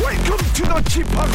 Welcome to the g p o p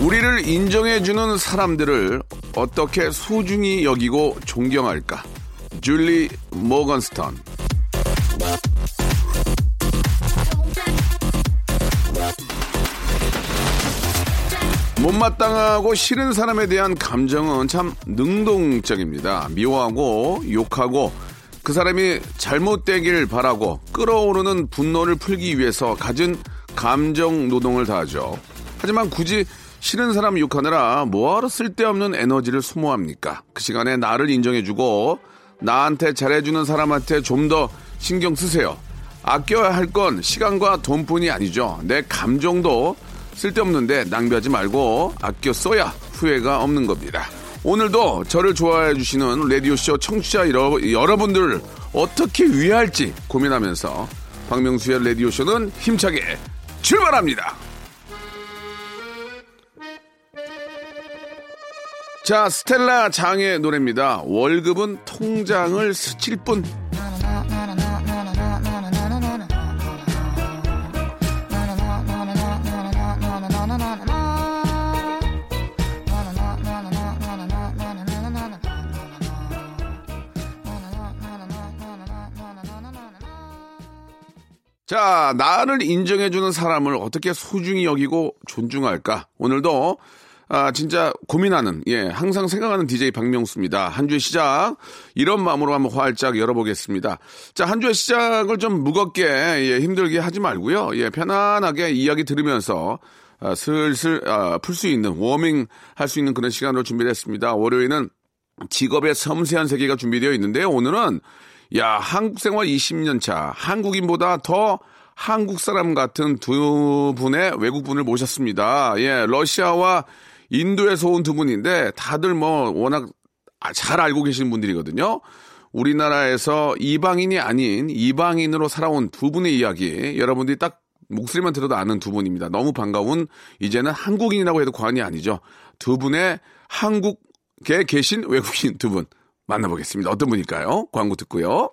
우리를 인정해주는 사람들을 어떻게 소중히 여기고 존경할까 줄리 모건스턴 못마땅하고 싫은 사람에 대한 감정은 참 능동적입니다. 미워하고 욕하고 그 사람이 잘못되길 바라고 끌어오르는 분노를 풀기 위해서 가진 감정 노동을 다하죠. 하지만 굳이 싫은 사람 욕하느라 뭐하러 쓸데없는 에너지를 소모합니까? 그 시간에 나를 인정해주고 나한테 잘해주는 사람한테 좀 더 신경 쓰세요. 아껴야 할 건 시간과 돈뿐이 아니죠. 내 감정도 쓸데없는데 낭비하지 말고 아껴 써야 후회가 없는 겁니다. 오늘도 저를 좋아해 주시는 라디오쇼 청취자 여러- 여러분들을 어떻게 위할지 고민하면서 박명수의 라디오쇼는 힘차게 출발합니다. 자, 스텔라 장의 노래입니다. 월급은 통장을 스칠 뿐. 자, 나를 인정해주는 사람을 어떻게 소중히 여기고 존중할까? 오늘도, 아, 진짜 고민하는, 예, 항상 생각하는 DJ 박명수입니다. 한 주의 시작, 이런 마음으로 한번 활짝 열어보겠습니다. 자, 한 주의 시작을 좀 무겁게, 예, 힘들게 하지 말고요. 예, 편안하게 이야기 들으면서, 아, 슬슬, 풀 수 있는, 워밍 할 수 있는 그런 시간으로 준비를 했습니다. 월요일은 직업의 섬세한 세계가 준비되어 있는데요. 오늘은 야 한국 생활 20년 차 한국인보다 더 한국 사람 같은 두 분의 외국분을 모셨습니다. 예, 러시아와 인도에서 온 두 분인데 다들 뭐 워낙 아, 잘 알고 계시는 분들이거든요. 우리나라에서 이방인이 아닌 이방인으로 살아온 두 분의 이야기 여러분들이 딱 목소리만 들어도 아는 두 분입니다. 너무 반가운 이제는 한국인이라고 해도 과언이 아니죠. 두 분의 한국에 계신 외국인 두 분 만나보겠습니다. 어떤 분일까요? 광고 듣고요.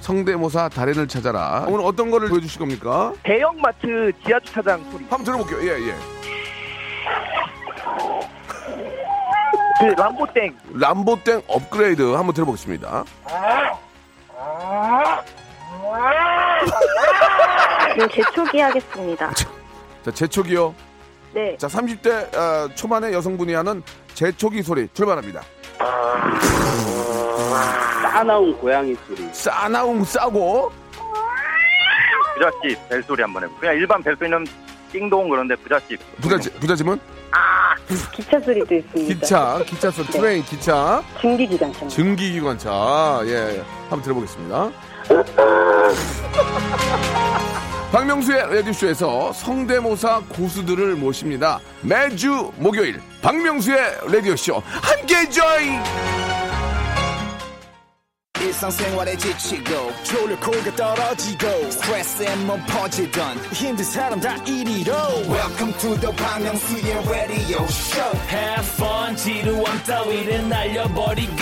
성대모사 달인을 찾아라. 오늘 어떤 거를 보여주실 겁니까? 대형마트 지하주차장 소리. 한번 들어볼게요. 예, 예. 그 람보땡. 람보땡 업그레이드 한번 들어보겠습니다. 지금 네, 재초기 하겠습니다. 자, 재촉이요. 네. 자, 30대 어, 초반의 여성분이 하는 재촉이 소리 출발합니다. 싸나운 고양이 소리. 싸나움 싸고 부잣집 벨소리 한번 해보 그냥 일반 벨소리는 띵동 그런데 부잣집. 부자지, 부자지문 기차 소리도 있습니다. 기차 기차 소리 트레인 기차 증기기관차. 증기기관차 예, 예. 한번 들어보겠습니다. 박명수의 라디오쇼에서 성대모사 고수들을 모십니다. 매주 목요일 박명수의 라디오쇼 함께 join. 일상생활에 지치고, 졸려 코가 떨어지고, 스트레스에 몸 퍼지던, 힘든 사람 다 이리로. welcome to the Bang Myung-soo's radio show Have fun, 지루함 따위를 날려버리고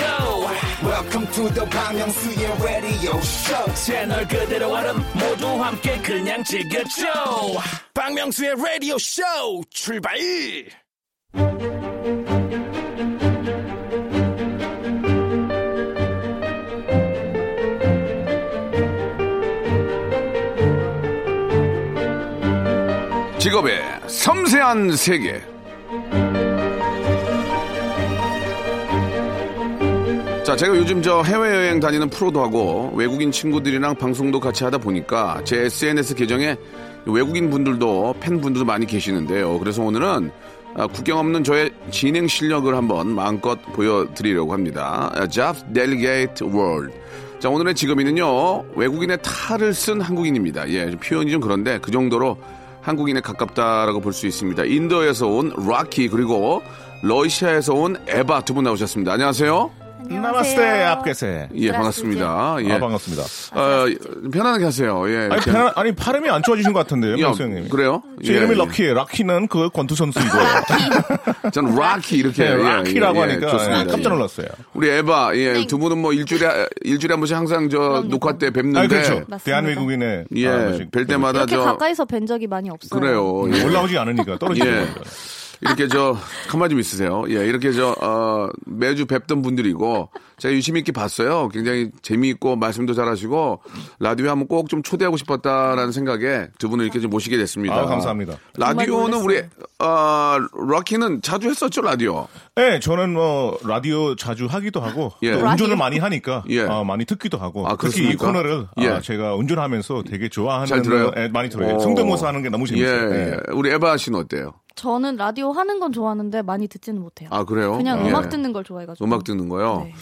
welcome to the Bang Myung-soo's radio show 채널 그대로 얼음 모두 함께 그냥 즐겨줘 박명수의 라디오 쇼 출발! 직업의 섬세한 세계. 자, 제가 요즘 저 해외여행 다니는 프로도 하고 외국인 친구들이랑 방송도 같이 하다 보니까 제 SNS 계정에 외국인 분들도 팬분들도 많이 계시는데요. 그래서 오늘은 아, 국경 없는 저의 진행 실력을 한번 마음껏 보여드리려고 합니다. 아, Jobs Delegate World. 자, 오늘의 직업인은요, 외국인의 탈을 쓴 한국인입니다. 예, 표현이 좀 그런데 그 정도로 한국인에 가깝다라고 볼 수 있습니다. 인도에서 온 락키 그리고 러시아에서 온 에바 두 분 나오셨습니다. 안녕하세요. 나마스테 앞계세. 예, 반갑습니다. 예. 아 반갑습니다. 어, 편안하게 하세요. 예. 아니, 그냥- 발, 아니 발음이 안 좋아지신 것 같은데요, 야, 명수 형님. 그래요? 제 예, 이름이 예. 럭키. 럭키는 그 권투 선수이고요. 저는 락키 이렇게 네, 예, 락키라고 예, 하니까 좋습니다. 예, 깜짝 예. 놀랐어요. 우리 에바, 예, 네. 두 분은 뭐 일주일에, 일주일에 한 번씩 항상 저 녹화 때 뵙는데. 아 그렇죠. 맞습니다. 대한민국인의 예, 아, 뭐지. 뵐 때마다 이렇게 저. 가까이서 뵌 적이 많이 없어요. 그래요. 예. 올라오지 않으니까 떨어지는 예. 거예요. 이렇게 저, 가만히 좀 있으세요. 예, 이렇게 저, 어, 매주 뵙던 분들이고, 제가 유심히 있게 봤어요. 굉장히 재미있고, 말씀도 잘하시고, 라디오에 한번 꼭 좀 초대하고 싶었다라는 생각에 두 분을 이렇게 좀 모시게 됐습니다. 아, 감사합니다. 라디오는 정말 우리, 어, 럭키는 자주 했었죠, 라디오. 네, 저는 뭐 라디오 자주 하기도 하고 예. 또 운전을 많이 하니까 예. 아, 많이 듣기도 하고 아, 특히 이 그렇습니까? 코너를 아, 예. 제가 운전하면서 되게 좋아하는 잘 들어요? 예, 많이 들어요. 오. 성대모사 하는 게 너무 재밌어요. 예, 예. 우리 에바 씨는 어때요? 저는 라디오 하는 건 좋아하는데 많이 듣지는 못해요. 아, 그래요? 그냥 예. 음악 듣는 걸 좋아해가지고. 음악 듣는 거요? 네.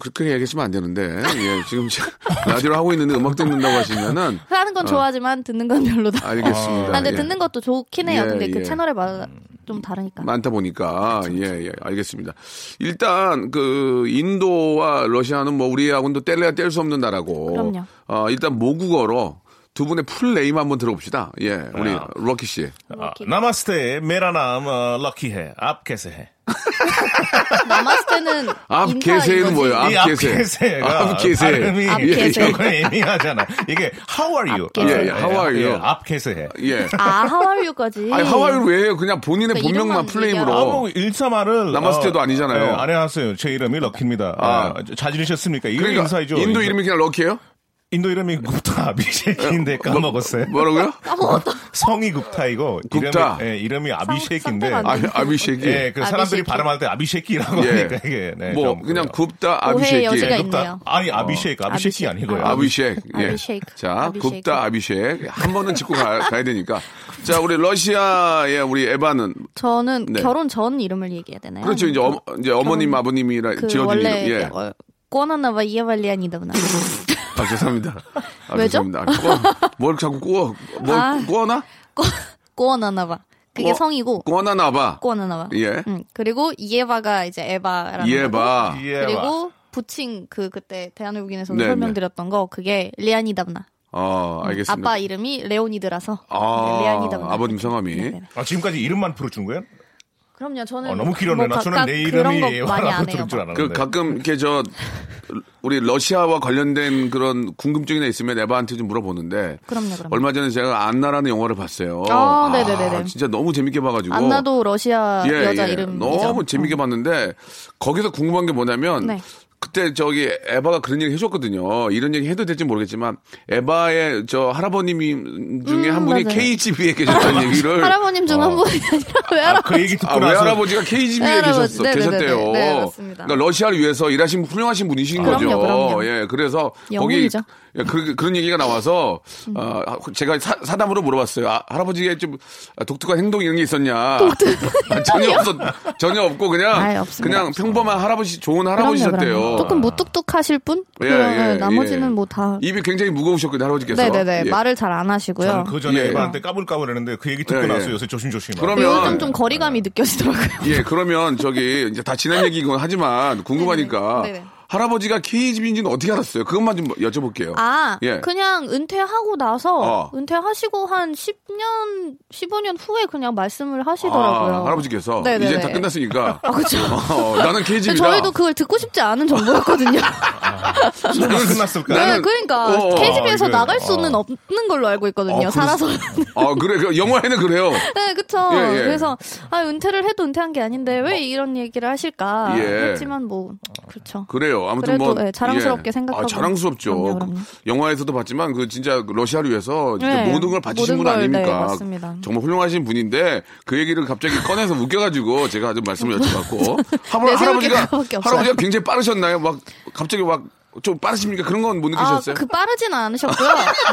그렇게 얘기하시면 안 되는데, 예, 지금 제- 라디오를 하고 있는데 음악 듣는다고 하시면은, 하는 건 좋아하지만 듣는 건 별로다. 알겠습니다. 아, 근데 예. 듣는 것도 좋긴 해요. 예, 근데 그 예. 채널에 마좀 다르니까. 많다 보니까 예예 알겠습니다. 일단 그 인도와 러시아는 뭐 우리하고는 또 뗄래야 뗄 수 없는 나라고. 그럼요. 어, 일단 모국어로 두 분의 풀 네임 한번 들어봅시다. 예 우리 럭키 씨. 아, 나마스테 메라남 어, 럭키해 앞계세해. 나마스테는 앞 인사인 계세는 아, 거지. 뭐예요? 앞 이 앞계세. 계세. 앞계세가 앞계세. 발음이 앞계세. 조금 애매하잖아. 이게 how are you? 아, 앞계세. 예, 예, how are you? 예, 앞계세해. 예. 아 하와이까지. 아니 하와이를 왜 해요? 그냥 본인의 그러니까 본명만 이름만 풀네임으로. 얘기하라고. 아무 뭐 일사말을 나마스테도 뭐 아니잖아요. 예, 안 해왔어요. 제 이름이 럭키입니다. 아, 아. 잘 지내셨습니까? 이거 그러니까 인사이죠. 인도 인사. 이름이 그냥 럭키예요? 인도 이름이 굽타 아비쉐크인데 까먹었어요. 뭐, 뭐라고요? 성이 굽타이고 굽타. 이름이, 예, 이름이 아비쉐크인데 성- 아, 성격 아비쉐기. 예, 그 사람들이 아비쉐키. 발음할 때 아비쉐키라고 예. 하니까 이게 네, 뭐 좀 그냥 그래요. 예, 굽다 오해의 여지가 아비쉐기. 있- 있네요. 어, 아니 아비쉐크 아비쉐키 아비쉐크. 아니고요. 아비- 아비쉑. 예. 아비쉑. 자, 아비쉑. 굽다 아비쉑. 한 번은 짚고 가, 야 되니까. 자, 우리 러시아의 우리 에바는 저는 네. 결혼 전 이름을 얘기해야 되나요? 그렇죠. 이제 어, 이제 어머님 아버님이라 아, 그 지어준 이름. 원래 예. 어, 꼬나나와 예발리안이다구나. 아, 죄송합니다. 아, 왜죠? 죄송합니다. 아, 꼬, 뭘 자꾸 꼬어? 뭘 아. 꼬어나? 꼬나나와 그게 어? 꼬- 성이고 꼬어나나 봐. 꼬나나와. 예. 응. 그리고 이에바가 이제 에바라는 거고. 예봐. 예, 와. 그리고 부칭 그 그때 대한민국인에서 네, 설명드렸던 거 그게 레아니다브나 음, 어, 알겠습니다. 아빠 이름이 레오니드라서 네, 아, 레아니다브나 아버님 성함이. 네네. 아, 지금까지 이름만 풀어준 거예요? 그럼요 저는 어, 너무 길었네. 나 뭐 저는 각각 내 그런 이름이 거 많이 예화라고 안 해요 들을 줄 막. 알았는데. 그 가끔 이렇게 저 우리 러시아와 관련된 그런 궁금증이나 있으면 에바한테 좀 물어보는데 그럼요 그럼요 얼마 전에 제가 안나라는 영화를 봤어요. 아, 네네네네. 진짜 너무 재밌게 봐가지고. 안나도 러시아 뭐- 예, 여자 예. 이름이죠 어. 너무 재밌게 봤는데 거기서 궁금한 게 뭐냐면 네. 그때 저기 에바가 그런 얘기 해줬거든요. 이런 얘기 해도 될지 모르겠지만 에바의 저 할아버님 중에 음, 한 분이 맞아요. KGB에 계셨다는 얘기를. 할아버님 어. 중 한 분이 아니라 왜 아, 알아 그 얘기 듣고 아, 나서 외할아버지가 KGB에 외할아버지, 계셨어, 네네네네. 계셨대요. 네, 맞습니다. 그러니까 러시아를 위해서 일하신 훌륭하신 분이신 그럼요, 거죠. 그럼요. 예, 그래서 영웅이죠. 음. 거기 예, 그, 그런 얘기가 나와서 어, 제가 사, 사담으로 물어봤어요. 아, 할아버지의 좀 독특한 행동 이런 게 있었냐? 아, 전혀 없었 전혀 없고 그냥 아예 없습니다. 그냥 평범한 할아버지 좋은 할아버지셨대요. 그럼요, 그럼요. 조금 무뚝뚝하실 분? 예, 그러면 예, 나머지는 예. 뭐 다 입이 굉장히 무거우셨거든요, 할아버지께서. 네네네 예. 말을 잘 안 하시고요 저는 그 전에 예. 에바한테 까불까불 했는데 그 얘기 듣고 예, 예. 나서 요새 조심조심. 그러면- 요즘 좀 거리감이 느껴지더라고요 예, 그러면 저기 이제 다 지난 얘기긴 하지만 궁금하니까 네, 네네. 네네. 할아버지가 KGB인지는 어떻게 알았어요? 그것만 좀 여쭤볼게요. 아, 예. 그냥 은퇴하고 나서 어. 은퇴하시고 한 10년, 15년 후에 그냥 말씀을 하시더라고요. 아, 할아버지께서 네네네. 이제 다 끝났으니까. 아, 그렇죠. 어, 나는 근데 KGB다. 저희도 그걸 듣고 싶지 않은 정보였거든요. 설마 아, 끝났을까? 네, 나는- 그러니까 어, 어, KGB에서 아, 이거- 나갈 수는 어. 없는 걸로 알고 있거든요. 어, 살아서. 아, 그래. 그 영화에는 그래요. 네, 그쵸. 예, 예. 그래서 아, 은퇴를 해도 은퇴한 게 아닌데 왜 이런 얘기를 하실까 예. 했지만 뭐 그렇죠. 그래요. 아무튼 그래도, 뭐 예, 자랑스럽게 예. 생각하고. 아, 자랑스럽죠. 그럼요, 그럼요. 영화에서도 봤지만 그 진짜 러시아를 위해서 진짜 네, 모든 걸 바치신 모든 분 걸, 아닙니까? 네, 맞습니다. 정말 훌륭하신 분인데 그 얘기를 갑자기 꺼내서 웃겨가지고 제가 좀 말씀을 여쭤봤고 할아버- 내 네, 생각이 할아버지가 그거밖에 없어요. 할아버지가 굉장히 빠르셨나요? 막 갑자기 막 좀 빠르십니까? 그런 건 못 아, 느끼셨어요? 그 빠르진 않으셨고요.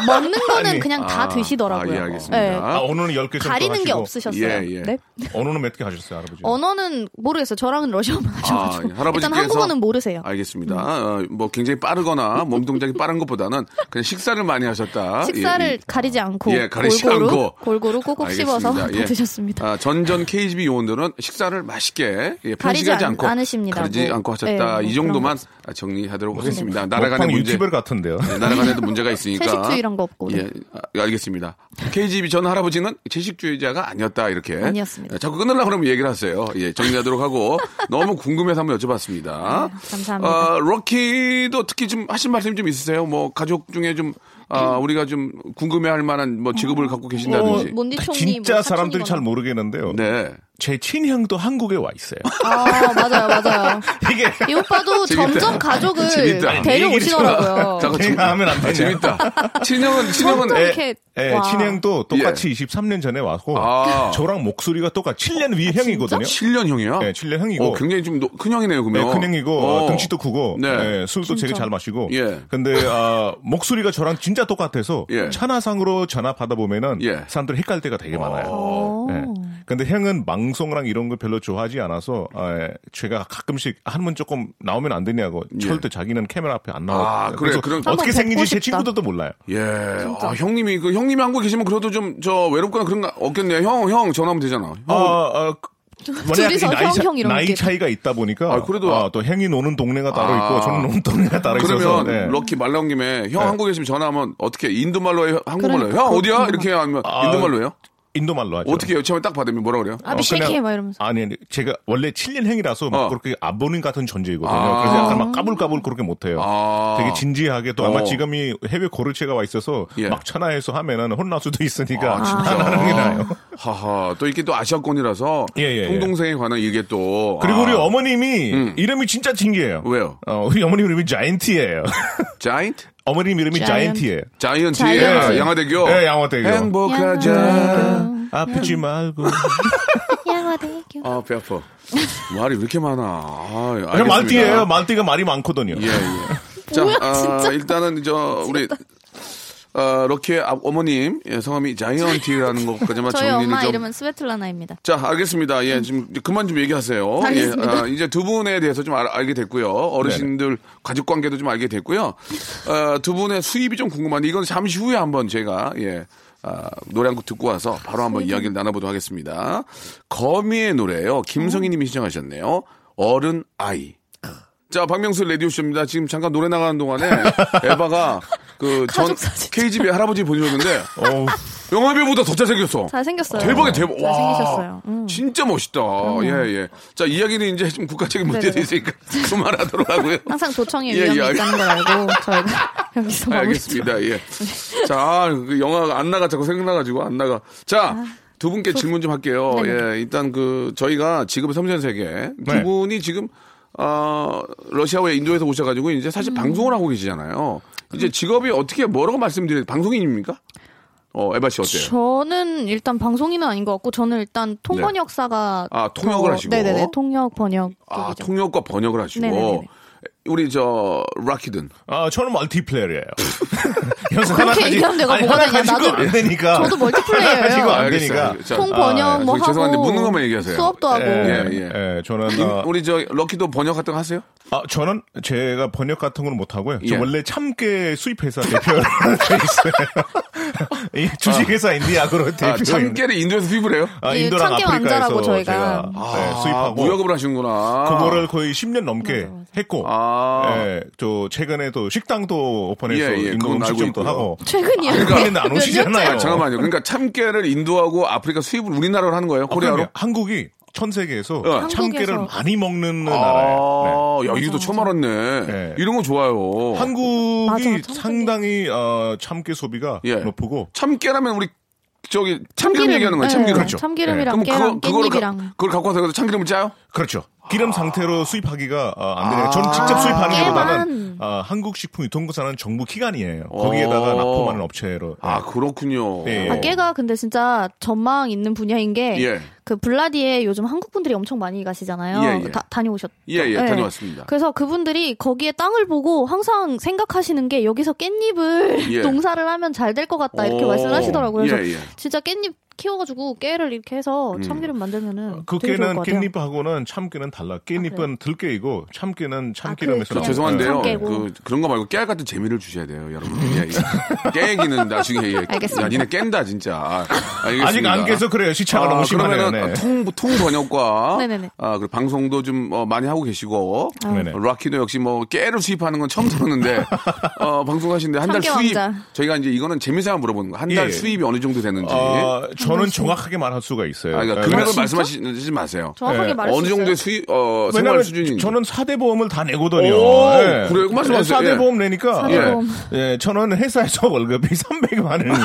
먹는 거는 아니. 그냥 아, 다 드시더라고요. 네. 아, 예, 알겠습니다. 아, 오늘은 10개 정도 가리는 게 하시고, 없으셨어요. 예, 예. 네? 언어는 몇 개 하셨어요, 할아버지? 언어는 모르겠어요. 저랑은 러시아만 하셔가지고. 예, 할아버지께서- 일단 한국어는 모르세요. 알겠습니다. 어, 뭐 굉장히 빠르거나 몸 동작이 빠른 것보다는 그냥 식사를 많이 하셨다. 음. 식사를 예, 예. 가리지 않고 예, 가리지 골고루 않고. 골고루 꼭꼭 씹어서 다 알겠습니다. 예. 드셨습니다. 아, 전전 KGB 요원들은 식사를 맛있게 예, 편식하지 않- 않고 않으십니다. 가리지 뭐. 않고 하셨다. 네, 이 정도만 정리하도록 하겠습니다. 나라 간의 먹방 문제, 유튜버 같은데요. 네. 네, 나라 간에도 문제가 있으니까. 채식주의 이런 거 없고. 네. 예, 아, 알겠습니다. KGB 전 할아버지는 채식주의자가 아니었다 이렇게. 아니었습니다. 예, 자꾸 끊으려고 그러면 얘기를 하세요. 예, 정리하도록 하고 너무 궁금해서 한번 여쭤봤습니다. 네, 감사합니다. 아, 럭키도 특히 좀 하신 말씀 좀 있으세요? 뭐 가족 중에 좀 아, 우리가 좀 궁금해할 만한 뭐 직업을 갖고 계신다든지. 몬디 총리 진짜 뭐 사람들이 사촌이거나. 잘 모르겠는데요. 네. 제 친형도 한국에 와 있어요. 아 맞아요 맞아요. 이게 이 오빠도 재밌다. 점점 재밌다. 가족을 어. 아, 데려오시더라고요. 잠깐 좀- 제가 하면 안 아, 되냐. 재밌다. 친형은 친형은 점점 애- 이렇게 예, 와. 친형도 똑같이 23년 전에 왔고 예. 아. 저랑 목소리가 똑같이 7년 위 형이거든요. 7년 형이요? 예, 7년 어, 형이고 굉장히 좀 노- 큰 형이네요, 네, 그러면. 큰 형이고 어. 어, 덩치도 크고 네. 예, 술도 되게 잘 마시고 예. 근데 아, 목소리가 저랑 진짜 똑같아서 예. 천하상으로 전화 받아 보면은 예. 어. 사람들 헷갈릴 때가 되게 많아요. 오. 예. 근데 형은 방송랑 이런 거 별로 좋아하지 않아서 아, 제가 가끔씩 한번 조금 나오면 안 되냐고 절대 자기는 카메라 앞에 안 나와. 예. 아, 그래, 그럼- 한번 어떻게 생긴지 뵙고 제 싶다. 친구들도 몰라요. 예. 아, 형님이 그 형님이 한국에 계시면 그래도 좀 저 외롭거나 그런 거 없겠네요. 형, 형 전화하면 되잖아. 형. 아, 어, 아, 그- 만약에 둘이서 나이, 형, 차, 형 이런 나이 게. 차이가 있다 보니까 아, 그래도- 아, 또 형이 노는 동네가 따로 아. 있고 저는 노는 동네가 따로 있어서 그러면 네. 럭키 말 나온 김에 형 네. 한국에 계시면 전화하면 어떻게 인도말로 해요? 한국말로 해요? 형 그러니까 어디야? 이렇게 아니면 아, 그렇죠. 인도말로 해요? 인도말로 하죠. 어떻게 요청하면 딱 받으면 뭐라 어, 그래요? 아 미쉐키 막 이러면서. 어, 아니, 아니, 제가 원래 7년 행이라서 막 어. 그렇게 아버님 같은 존재이거든요. 아. 그래서 약간 막 까불까불 그렇게 못해요. 아. 되게 진지하게 또 어. 아마 지금이 해외 고르체가 와 있어서 예. 막 천하에서 하면은 혼날 수도 있으니까 아, 진짜. 안 하는 게 나아요. 하하. 또 이게 또 아시아권이라서 예, 예, 예. 형동생에 관한 이게 또 그리고 우리 아, 어머님이 음. 이름이 진짜 신기해요. 왜요? 어, 우리 어머님 이름이 자이언티예요. 자이언트? 어머님 이름이 자이언트. 자이언티예요. 자이언트. 자이언트. 예, 어. 양화대교. 예, 양화대교. 행복하자. 아프지 말고. 양화대교. 아, 배 아파. 말이 왜 이렇게 많아. 아, 그 알겠습니다. 말띠예요. 말띠가 말이 많거든요. 예, 예. 자, 뭐야, 아, 진짜. 일단은 저 우리 아, 럭키의 아- 어머님 예, 성함이 자이언티라는 것까지만 저희 정리를 엄마 좀. 이름은 스베틀라나입니다. 자, 알겠습니다. 예, 지금 이제 그만 좀 얘기하세요. 예, 알겠습니다. 아, 이제 두 분에 대해서 좀 알, 알게 됐고요. 어르신들 가족 관계도 좀 알게 됐고요. 아, 두 분의 수입이 좀 궁금한데 이건 잠시 후에 한번 제가 예. 아, 노래 한 곡 듣고 와서 바로 한번 네. 이야기를 나눠보도록 하겠습니다. 거미의 노래예요. 김성희 님이 신청하셨네요. 어른 아이. 자, 박명수 레디오쇼입니다. 지금 잠깐 노래 나가는 동안에 에바가 그 전 가족 사진 KGB 할아버지 보셨는데 어우, 영화배우보다 더 잘생겼어. 잘 생겼어요. 대박이 대박. 와, 잘생기셨어요. 음. 진짜 멋있다. 예, 예. 자, 이야기는 이제 좀 국가적인 문제도 네네. 있으니까 그만하도록 하고요. 항상 도청에 예, 위험이 예, 알- 있다는 걸 알고 저희가 여기서 마무리. 알겠습니다. 예. 네. 자, 그 영화가 안 나가 자꾸 생각나가지고 안 나가. 자. 두 분께 질문 좀 할게요. 아. 네네. 예, 일단 그 저희가 지금 삼전 세계 두 네. 분이 지금 어, 러시아와 인도에서 오셔가지고 이제 사실 음. 방송을 하고 계시잖아요. 이제 직업이 어떻게 뭐라고 말씀드려요? 방송인입니까? 어, 에바 씨 어때요? 저는 일단 방송인은 아닌 것 같고 저는 일단 통번 네. 역사가 아, 통역을 하시고. 네네네 통역 번역 아, 쪽이죠. 통역과 번역을 하시고. 네네네네. 우리 저 라키든 아, 저는 멀티플레이어예요. 그래서 그렇게 가지- 얘기하면 내가 아니, 뭐가 하나 되냐. 가지고 나도- 안 되니까. 저도 멀티플레이어예요. 하나 가지고 안 아, 알겠어요. 되니까. 자, 아, 통 번역 뭐 저기 죄송한데 하고 묻는 것만 얘기하세요. 수업도 하고 예, 예, 예. 저는 임- 어, 우리 저 럭키도 번역 같은 거 하세요? 아, 저는 제가 번역 같은 건 못하고요. 저 예. 원래 참깨 수입회사 대표로 돼 있어요. 이 주식회사인데 약으로 대표. 아, 참깨를 인도에서 수입을 해요? 아, 예, 인도랑 참깨 아프리카에서 왕자라고 저희가, 저희가. 네, 아, 수입하고 무역업을 하시는구나. 그거를 거의 10년 넘게 했고 아. 예, 저 최근에 또 식당도 오픈해서 예, 예, 인도 그건 알고 음식점도 있고요. 하고 최근이요. 네. 그러니까 안 몇 오시잖아요. 아, 잠깐만요. 그러니까 참깨를 인도하고 아프리카 수입을 우리나라로 하는 거예요? 코리아로? 그럼요. 그러니까 한국이 전 세계에서 예. 참깨를 한국에서. 많이 먹는 나라예요. 아, 야, 이거 처음 알았네. 네. 이런 거 좋아요. 네. 한국이 맞아, 참깨. 상당히 어, 참깨 소비가 예. 높고 참깨라면 우리 저기 참기름 얘기하는 거예요. 네, 참기름. 그렇죠. 예. 참기름이랑 그럼 깨랑 그거, 그거를, 가, 깻잎이랑 그걸 갖고 와서 여기서 참기름을 짜요? 그렇죠. 아. 기름 상태로 수입하기가 어, 안 되니까 저는 직접 수입하는 것보다는 깨만. 어, 한국식품 유통공사는 정부 기관이에요. 거기에다가 어. 납품하는 업체로. 아 그렇군요. 예. 아, 아, 깨가 근데 진짜 전망 있는 분야인 게 그 어. 예. 블라디에 요즘 한국 분들이 엄청 많이 가시잖아요. 예, 예. 다, 다녀오셨. 예, 예, 네. 다녀왔습니다. 그래서 그분들이 거기에 땅을 보고 항상 생각하시는 게 여기서 깻잎을 예. 농사를 하면 잘 될 것 같다 이렇게 오. 말씀하시더라고요. 예, 음. 그래서 예. 진짜 깻잎 키워가지고 깨를 이렇게 해서 참기름 만들면은 그 되게 좋을 깨는 것 같아요. 아, 깻잎하고는 참깨는 달라. 깻잎은 들깨이고 참깨는 참기름에서 예. 그 저 나온 죄송한데요. 참 깨고. 그, 그런 거 말고 깨알 같은 재미를 주셔야 돼요, 여러분. 예, 예. 깨 얘기는 나중에. 예. 알겠습니다. 야, 니네 깬다, 진짜. 아, 알겠습니다. 아직 안 깨서 그래요. 시차가 아, 너무 심하네요. 그러면은 네. 통, 통 번역과 네네네. 아. 아, 그 방송도 좀 어, 많이 하고 계시고 네네. 어, 락키도 역시 뭐 깨를 수입하는 건 처음 들었는데 어, 방송하시는데 한 달 참깨 수입 왕자. 저희가 이제 이거는 재미삼아 물어보는 거 한 달 예. 수입이 어느 정도 되는지 어, 저는 정확하게 말할 수가 있어요. 네. 아, 그러니까 예, 금액을 왜냐면- 말씀하시지 마세요. 정확하게 예. 말할 어느 수 정도의 있어요. 수입 어, 생활 왜냐면 수준인지 저는 4대 보험을 다 내거든요. 오, 그래요? 말씀하세요. 사대 예. 보험 내니까 사대 예. 보험. 예, 저는 회사에서 월급이 300만 원이에요.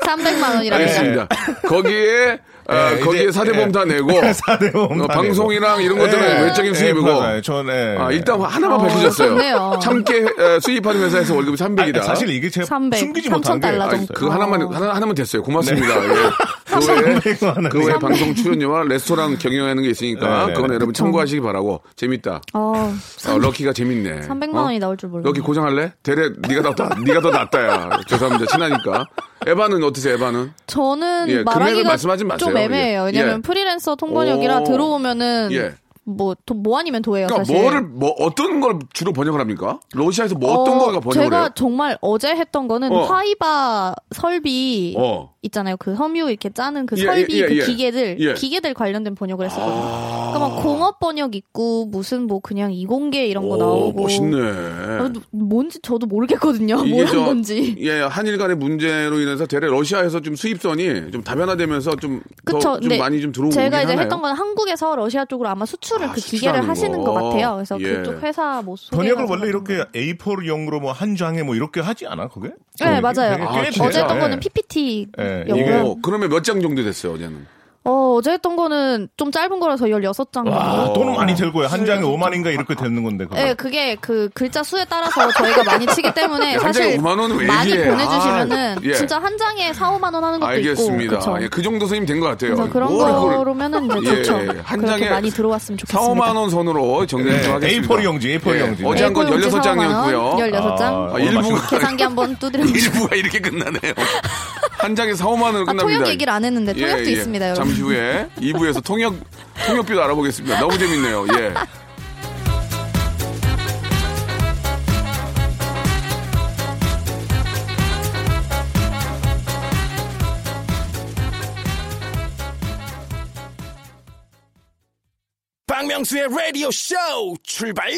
300만 원이라면 알겠습니다. 거기에 어, 예, 네. 이제- 거기에 사대보험 다 내고 사대 보험 어, 다 내고. 방송이랑 이런 것들은 예, 외적인 예, 수입이고. 맞아요. 저는 아, 일단 하나만 어, 밝히셨어요. 좋네요. 참깨 에, 수입하는 회사에서 월급이 300이다. 아, 사실 이게 제가 300, 숨기지 3,000 못한 게 달러 정도. 그 하나만 하나, 하나면 됐어요. 고맙습니다. 네. 예. 그 외에 300만 원. 그 외에 방송 출연료와 레스토랑 경영하는 게 있으니까 네, 네. 그건 여러분 참고하시기 바라고 재밌다. 어, 어, 럭키가 재밌네. 300만 어? 원이 나올 줄 몰라. 럭키 고장할래? 대래 네가 더 낫다. 네가 더 낫다야. 죄송합니다. 친하니까. 에바는 어떠세요? 에바는? 저는 예, 금액을 말하기가 말씀하지 마세요. 좀 애매해요. 예. 왜냐면 예. 프리랜서 통번역이라 오. 들어오면은 예. 뭐 도, 모아니면 도예요. 그러니까 사실. 뭐를 뭐 어떤 걸 주로 번역을 합니까? 러시아에서 뭐 어떤 어, 거가 번역을 제가 해요? 정말 어제 했던 거는 어. 파이바 설비 어. 있잖아요. 그 섬유 이렇게 짜는 그 예, 설비 예, 예, 그 예. 기계들 예. 아. 기계들 관련된 번역을 했었거든요. 그러니까 막 공업 번역 있고 무슨 뭐 그냥 이공계 이런 거 오, 나오고 아, 멋있네. 저도 뭔지 저도 모르겠거든요. 뭐란 저- 건지. 예, 한일 간의 문제로 인해서 대래 러시아에서 좀 수입선이 좀 다변화되면서 좀 더 그쵸. 좀 근데 많이 좀 들어오고 제가 있긴 이제 하나요? 했던 건 한국에서 러시아 쪽으로 아마 수출을 아, 그 수출하는 기계를 하시는 거. 것 같아요. 그래서 예. 그쪽 회사 뭐 소개가 번역을 원래 들어가는 이렇게 A4용으로 뭐 한 장에 뭐 이렇게 하지 않아 그게? 네, 맞아요. 아, 진짜? 어제 했던 예. 거는 PPT 예, 영어. 이게- 오, 그러면 몇 장 정도 됐어요, 어제는? 어, 어제 했던 거는 좀 짧은 거라서 16장. 와, 어. 돈은 많이 들고요. 한 장에 5만인가 이렇게 되는 건데. 그거. 네, 그게 그 글자 수에 따라서 저희가 많이 치기 때문에 야, 한 장에 사실 5만 원은 왜 많이 이래? 보내주시면은 아, 예. 진짜 한 장에 4, 5만 원 하는 것도 있고. 알겠습니다. 그쵸? 예, 그 정도 선임 된 것 같아요. 그래서 그런 뭘 그걸- 거로면은 이제 예, 좋죠. 예, 한 그렇게 장에 많이 들어왔으면 좋겠습니다. 4, 5만 원 선으로 정리를 네, 좀 하겠습니다. A4 용지, A4 용지. 어제 네, 한 건 16장이었고요. 16장. 아, 일부가, 계산기 한번 두드려보시죠. 일부가 이렇게 끝나네요. 한 장에 4, 5만 원 아, 끝납니다. 통역 얘기를 안 했는데 예, 통역도 예. 있습니다, 여러분. 잠시 후에 2부에서 통역 통역비도 알아보겠습니다. 너무 재밌네요. 예. 박명수의 라디오 쇼 출발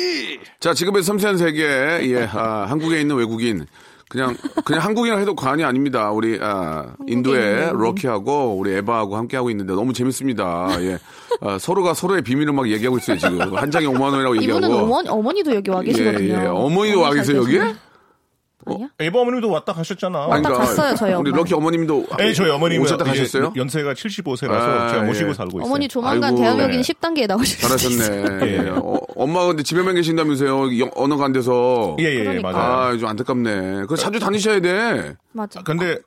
자, 지금의 섬세한 세계, 예, 아, 한국에 있는 외국인. 그냥, 그냥 한국이라 해도 관이 아닙니다. 우리, 아, 인도의 있는 럭키하고 우리 에바하고 함께하고 있는데 너무 재밌습니다. 예. 아, 서로가 서로의 비밀을 막 얘기하고 있어요, 지금. 한 장에 5만원이라고 얘기하고. 이분은 어머니, 어머니도 여기 와 계시거든요. 예, 예. 어머니도 와 어머니 잘 계세요, 여기? 계시나? 아니야? 에버 어머님도 왔다 가셨잖아. 아니, 왔다 그러니까 갔어요, 저희 우리 엄마. 럭키 어머님도. 예, 저희 어머님은 오셨다 이제 가셨어요? 연세가 75세라서 아, 제가 모시고 예. 살고 있어요. 어머니 조만간 아이고, 대한민국인 네. 10단계에 나오실 수도 있어요. 잘하셨네. 예. 예. 어, 엄마가 근데 집에만 계신다면서요. 영- 언어가 안 돼서. 예, 예, 예, 그러니까. 맞아요. 아, 좀 안타깝네. 그 자주 다니셔야 돼. 맞아. 근데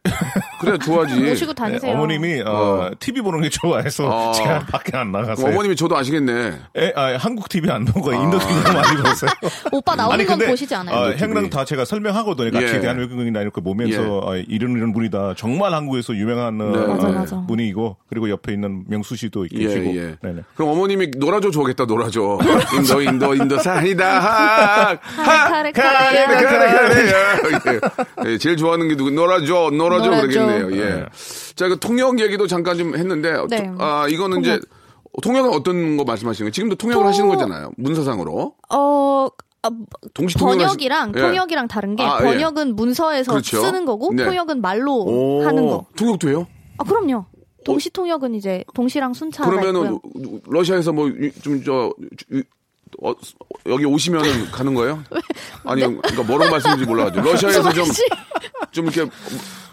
그래야 좋아지. 모시고 다니세요. 네, 어머님이 어, TV 보는 게 좋아해서 어. 제가 밖에 안 나가서 어머님이 저도 아시겠네. 예, 아, 한국 TV 안 보고 인도 TV 많이 보세요. 오빠 나오는 아니, 건 근데, 보시지 않아요. 아, 인도 행랑 TV. 다 제가 설명하거든요. 같이 예. 대한외국인이나 이렇게 보면서 예. 아, 이런 이런 분이다. 정말 한국에서 유명한 어, 네. 맞아, 어, 맞아. 분이고 그리고 옆에 있는 명수 씨도 계시고. 예, 예. 네네. 그럼 어머님이 놀아줘 좋아겠다 놀아줘. 인도, 인도, 인도, 산이다. 카레, 카레, 카레. 카레. 예. 예, 제일 좋아하는 게 누구? 놀아줘, 놀아줘, 놀아줘. 그러겠네요. 예. 자, 그 통역 얘기도 잠깐 좀 했는데, 네. 통- 아, 이거는 이제, 통역은 어떤 거 말씀하시는 거예요? 지금도 통역을 통- 하시는 거잖아요. 문서상으로. 어, 아, 동시 통역을 번역이랑 하시- 예. 통역이랑 다른 게 아, 예. 번역은 문서에서 그렇죠. 쓰는 거고 네. 통역은 말로 오, 하는 거. 통역도 해요? 아 그럼요. 동시 통역은 이제 동시랑 순차가 그러면은 있고요. 러시아에서 뭐 좀 저 어, 여기 오시면은 가는 거예요? 네. 아니, 그러니까 뭐라고 말씀인지 몰라가지고 러시아에서 좀 좀 혹시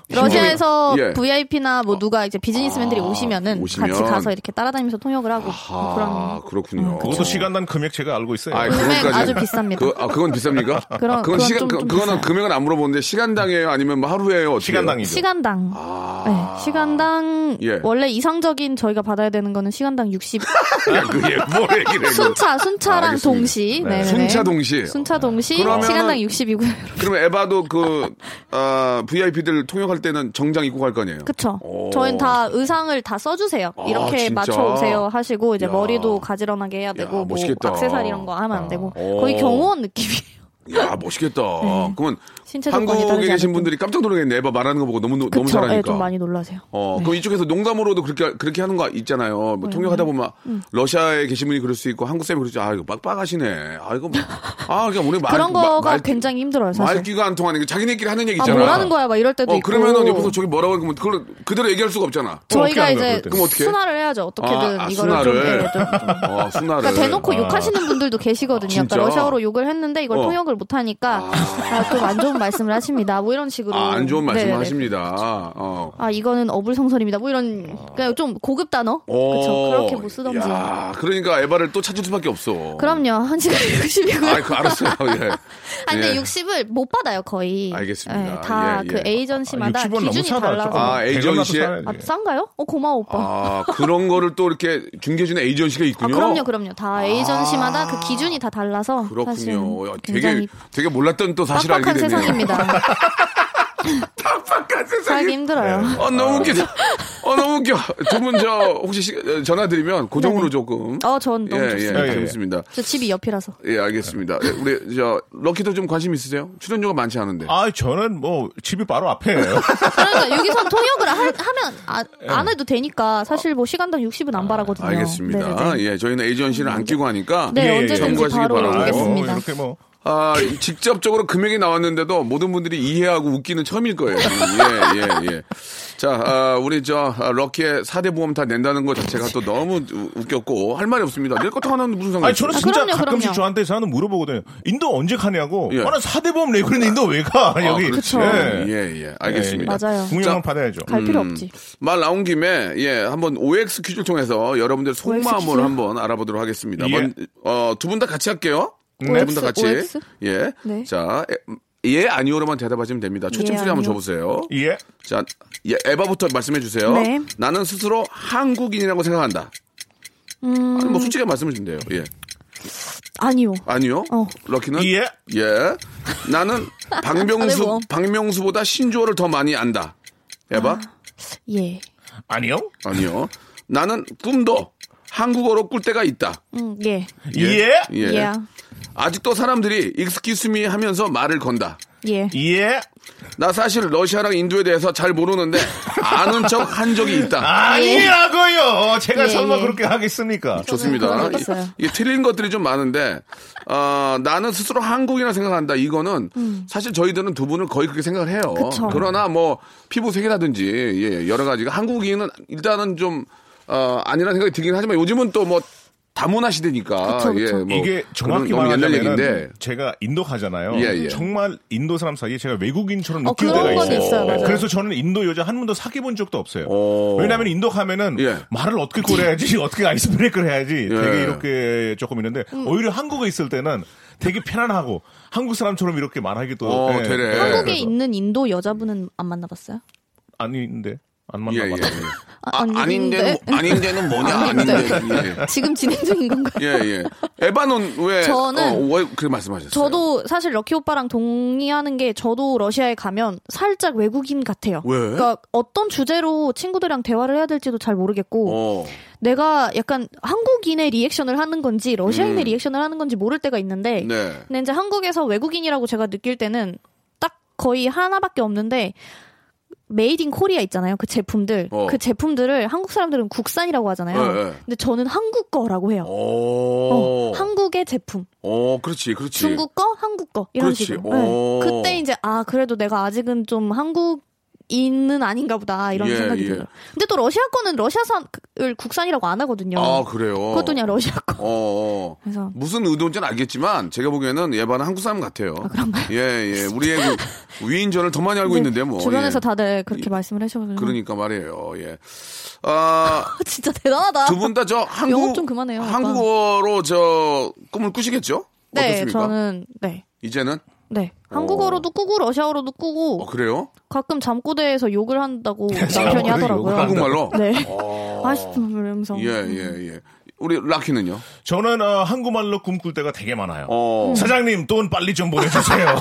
이렇게 러시아에서 예. 아, VIP나 뭐 누가 이제 비즈니스맨들이 오시면은 오시면. 같이 가서 이렇게 따라다니면서 통역을 하고 뭐 아, 그런 그렇군요. 그것도 시간당 금액 제가 알고 있어요. 어. 아, 금액 그것까지 아주 비쌉니다. 그, 아, 그건 비쌉니까? 그렇죠. 그럼- 건 그건 시간 좀- 그, 좀 거는 비싸요. 금액은 안 물어보는데 시간당이에요, 아니면 뭐 하루에요? 어떻게 해요? 시간당이죠. 시간당 아. 네, 시간당 예. 원래 이상적인 저희가 받아야 되는 거는 시간당 60 그게 뭐 얘기를 해요? 순차 순차랑 알겠습니다. 동시 네. 네네. 순차 동시. 순차 동시 그러면은- 시간당 60이고요. 그러면 에바도 그 아, VIP들 통역할 때는 정장 입고 갈 거 아니에요? 그쵸. 오. 저희는 다 의상을 다 써주세요. 아, 이렇게 진짜? 맞춰오세요 하시고, 이제 야. 머리도 가지런하게 해야 되고, 뭐, 멋있겠다. 악세사리 이런 거 하면 안 되고, 오. 거의 경호원 느낌이에요. 야 멋있겠다. 그러면 네. 신체 조건이 한국에 다르지 계신 않아도. 분들이 깜짝 놀라겠네. 에바 말하는 거 보고 너무 노- 너무 그쵸. 예, 잘하니까. 좀 많이 네. 놀라세요. 어, 그럼 이쪽에서 농담으로도 그렇게 그렇게 하는 거 있잖아요. 뭐 음, 통역하다 보면 러시아에 계신 분이 그럴 수 있고 한국 사람이 그럴 수 있고 아 이거 빡빡하시네. 아 이거 뭐- 아 그냥 오늘 말 그런 마- 거가 말- 굉장히 힘들어요, 사실. 말귀가 안 통하는 게 자기네끼리 하는 얘기 아, 있잖아. 뭐라는 거야, 막 이럴 때도 어 있고. 그러면은 옆에서 저기 뭐라고 하면 그걸 그대로 얘기할 수가 없잖아. 저희가 하는 거야, 이제 그럴 때는? 그럼 어떻게 해? 순화를 해야죠. 어떻게든 아, 아, 이거를 좀, 순화를. 예, 좀- 좀. 어, 순화를. 그러니까 대놓고 아. 욕하시는 분들도 계시거든요. 진짜? 그러니까 러시아어로 욕을 했는데 이걸 어. 통역을 못하니까 아, 좀 안 좋은 말씀을 하십니다. 뭐 이런 식으로. 아, 안 좋은 말씀을 네네네. 하십니다. 어. 아 이거는 어불성설입니다. 뭐 이런 그냥 좀 고급 단어 그렇죠. 아. 어. 그렇게 못 쓰던지. 야, 그러니까 에바를 또 찾을 수밖에 없어. 그럼요. 한 시간 60이고요. 아, 그 알았어요. 예. 아 근데 예. 60을 못 받아요 거의. 알겠습니다. 다 예, 그 예. 에이전시마다 60원 너무 기준이 싸다. 달라서. 아, 아, 에이전시에- 싼가요? 어 고마워 오빠. 아, 그런 거를 또 이렇게 중개해주는 에이전시가 아, 있군요. 아. 그럼요, 그럼요. 다 에이전시마다 그 기준이 다 달라서 사실 그렇군요. 야, 되게 굉장히 되게 몰랐던 또 사실 알게 빡빡한 되네요. 세상입니다. 빡빡한 살기 세상이. 힘들어요. 어 너무 웃기다. 어 너무 웃겨. 두 분 저 혹시 시- 전화 드리면 그 고정으로 조금. 어 전 너무 예, 좋습니다. 네. 예, 예, 예. 재밌습니다. 저 집이 옆이라서. 예, 알겠습니다. 예, 우리 저 럭키도 좀 관심 있으세요? 출연료가 많지 않은데. 아, 저는 뭐 집이 바로 앞에요. 그러니까 여기서 통역을 할- 하면 아- 안 해도 되니까 사실 뭐 시간당 60은 안 바라거든요. 예. 아, 알겠습니다. 네네네. 예, 저희는 에이전시를 안 끼고 하니까 네, 예, 예. 언제든지 참고하시기 어, 바로 바라고요. 뭐 오겠습니다. 음. 이렇게 뭐 아, 직접적으로 금액이 나왔는데도 모든 분들이 이해하고 웃기는 처음일 거예요. 예, 예, 예. 자, 아, 우리 저 아, 럭키의 4대 보험 다 낸다는 것 자체가 또 너무 우- 웃겼고 할 말이 없습니다. 낼 것도 하나는 무슨 상관이 아니 있어요? 저는 아, 진짜 그럼요, 가끔씩 그럼요. 저한테 사는 물어보거든요. 인도 언제 가냐고. 예. 아, 나 사대보험 내고 있는데 인도 왜 가? 여기. 그렇죠. 예. 아, 예, 예. 알겠습니다. 예, 예. 맞아요. 자, 공연만 받아야죠. 갈 필요 없지. 말 나온 김에 예 한번 OX 퀴즈를 통해서 여러분들 속마음을 한번 알아보도록 하겠습니다. 예. 어두 분 다 같이 할게요. 네. 두 분 다 같이 OX? 예. 네. 자. 에, 예 아니오로만 대답하시면 됩니다. 초침 예, 소리 한번 아니요. 줘보세요. 예. 자 예, 에바부터 말씀해 주세요. 네. 나는 스스로 한국인이라고 생각한다. 음. 아니, 뭐 솔직히 말씀해 주면 돼요. 예. 아니요. 아니요. 어. 럭키는 예. 예. 나는 박명수 아, 네, 뭐. 박명수보다 신조어를 더 많이 안다. 에바. 예. 아니요. 아니요. 나는 꿈도 한국어로 꿀 때가 있다. 음, 예. 예. 예. 예. 예. 아직도 사람들이 익스키스미 하면서 말을 건다. 예. 나 사실 러시아랑 인도에 대해서 잘 모르는데 아는 척 한 적이 있다. 아니라고요. 제가 예, 설마 예. 그렇게 하겠습니까? 좋습니다. 그건 어땠어요? 이- 이게 틀린 것들이 좀 많은데 아, 나는 스스로 한국이라 생각한다. 이거는 사실 저희들은 두 분을 거의 그렇게 생각을 해요. 음. 그쵸. 러나뭐 피부색이라든지 예, 여러 가지가 한국인은 일단은 좀 어, 아니라는 생각이 들긴 하지만 요즘은 또 뭐 다문화 시대니까 그쵸, 그쵸. 뭐 이게 정확히 그런 너무 옛날 얘기인데 말하자면 제가 인도 가잖아요. 예, 예. 정말 인도 사람 사이에 제가 외국인처럼 어, 느끼는 그런 데가 건 있어요. 있어요, 맞아요. 그래서 저는 인도 여자 한 번도 사귀어본 적도 없어요. 오. 왜냐하면 인도 가면은 예. 말을 어떻게 꼬려야지, 어떻게 아이스브레이크를 예. 해야지 되게 이렇게 조금 있는데 음. 오히려 한국에 있을 때는 되게 편안하고 한국 사람처럼 이렇게 말하기도 어, 예. 되래. 한국에 그래서 있는 인도 여자분은 안 만나봤어요? 아닌데 안 예, 예. 만나봤어요. 아, 아, 아닌데 아닌데는 뭐냐 아닌데 지금 진행 중인 건가요? 예. 예, 예. 에바는 왜 저는- 어, 왜 그렇게 말씀하셨어요? 저도 사실 럭키 오빠랑 동의하는 게 저도 러시아에 가면 살짝 외국인 같아요. 왜? 그러니까 어떤 주제로 친구들이랑 대화를 해야 될지도 잘 모르겠고 어. 내가 약간 한국인의 리액션을 하는 건지 음. 러시아인의 리액션을 하는 건지 모를 때가 있는데 네. 근데 이제 한국에서 외국인이라고 제가 느낄 때는 딱 거의 하나밖에 없는데 메이드 인 코리아 있잖아요. 그 제품들. 어. 그 제품들을 한국 사람들은 국산이라고 하잖아요. 네, 네. 근데 저는 한국 거라고 해요. 오. 어, 한국의 제품. 어, 그렇지, 그렇지. 중국 거, 한국 거 이런 그렇지. 어. 식으로. 오. 네. 그때 이제 아 그래도 내가 아직은 좀 한국 인은 아닌가 보다 이런 예, 생각이 예. 들어요. 근데 또 러시아 거는 러시아산을 국산이라고 안 하거든요. 아, 그래요. 그것도 그냥 러시아 거. 어, 어. 그래서. 무슨 의도인지는 알겠지만 제가 보기에는 예반은 한국 사람 같아요. 그런가요? 네, 예, 예. 우리의 그 위인전을 더 많이 알고 있는데 뭐. 주변에서 예. 다들 그렇게 말씀을 해주셔서 그러니까 말이에요. 예. 아, 진짜 대단하다. 두 분 다 저 한국 영업 좀 그만해요, 오빠. 한국어로 저 꿈을 꾸시겠죠? 네, 어떻습니까? 저는 네. 이제는 네. 한국어로도 꾸고 러시아어로도 꾸고 어 그래요? 가끔 잠꼬대에서 욕을 한다고 남편이 욕을 하더라고요. 한다. 한국말로. 어. 네. 아시면서 예, 예, 예. 우리 라키는요? 저는 어, 한국말로 꿈꿀 때가 되게 많아요. 예. 음, 어. 사장님 돈 빨리 좀 보내주세요.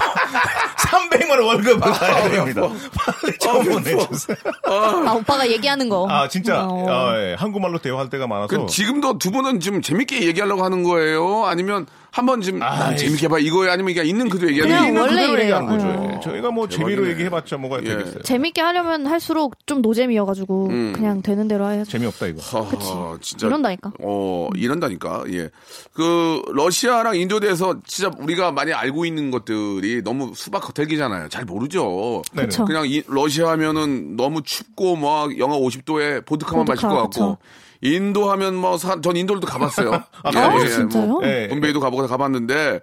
300만 원 월급 받아야 됩니다. 빨리 좀 보내주세요. 아 오빠가 얘기하는 거. 아 진짜 어. 아, 예. 한국말로 대화할 때가 많아서 그 지금도 두 분은 지금 재밌게 얘기하려고 하는 거예요? 아니면 한번 지금 난 아이. 재밌게 봐 이거예요? 아니면 그냥 있는 그대로 얘기하는 거예요? 그냥 있는 원래 그대로 이래요. 얘기하는 거죠. 어. 예. 저희가 뭐 대박이네. 예. 재미로 얘기해봤자 뭐가 되겠어요. 재밌게 하려면 할수록 좀 노잼이어가지고 음. 그냥 되는 대로 해야죠. 재미없다 이거. 아, 진짜 이런다니까. 어, 이런다니까. 예. 그 러시아랑 인도에 대해서 진짜 우리가 많이 알고 있는 것들이 너무 수박 겉핥기잖아요. 잘 모르죠. 네네. 그쵸. 그냥 이, 러시아 하면은 너무 춥고 막 영하 50도에 보드카만 마실 것 보드카, 같고 그쵸. 인도 하면 뭐 전 인도를도 가봤어요. 아, 뭐 진짜요? 예. 봄베이도 가보고 가봤는데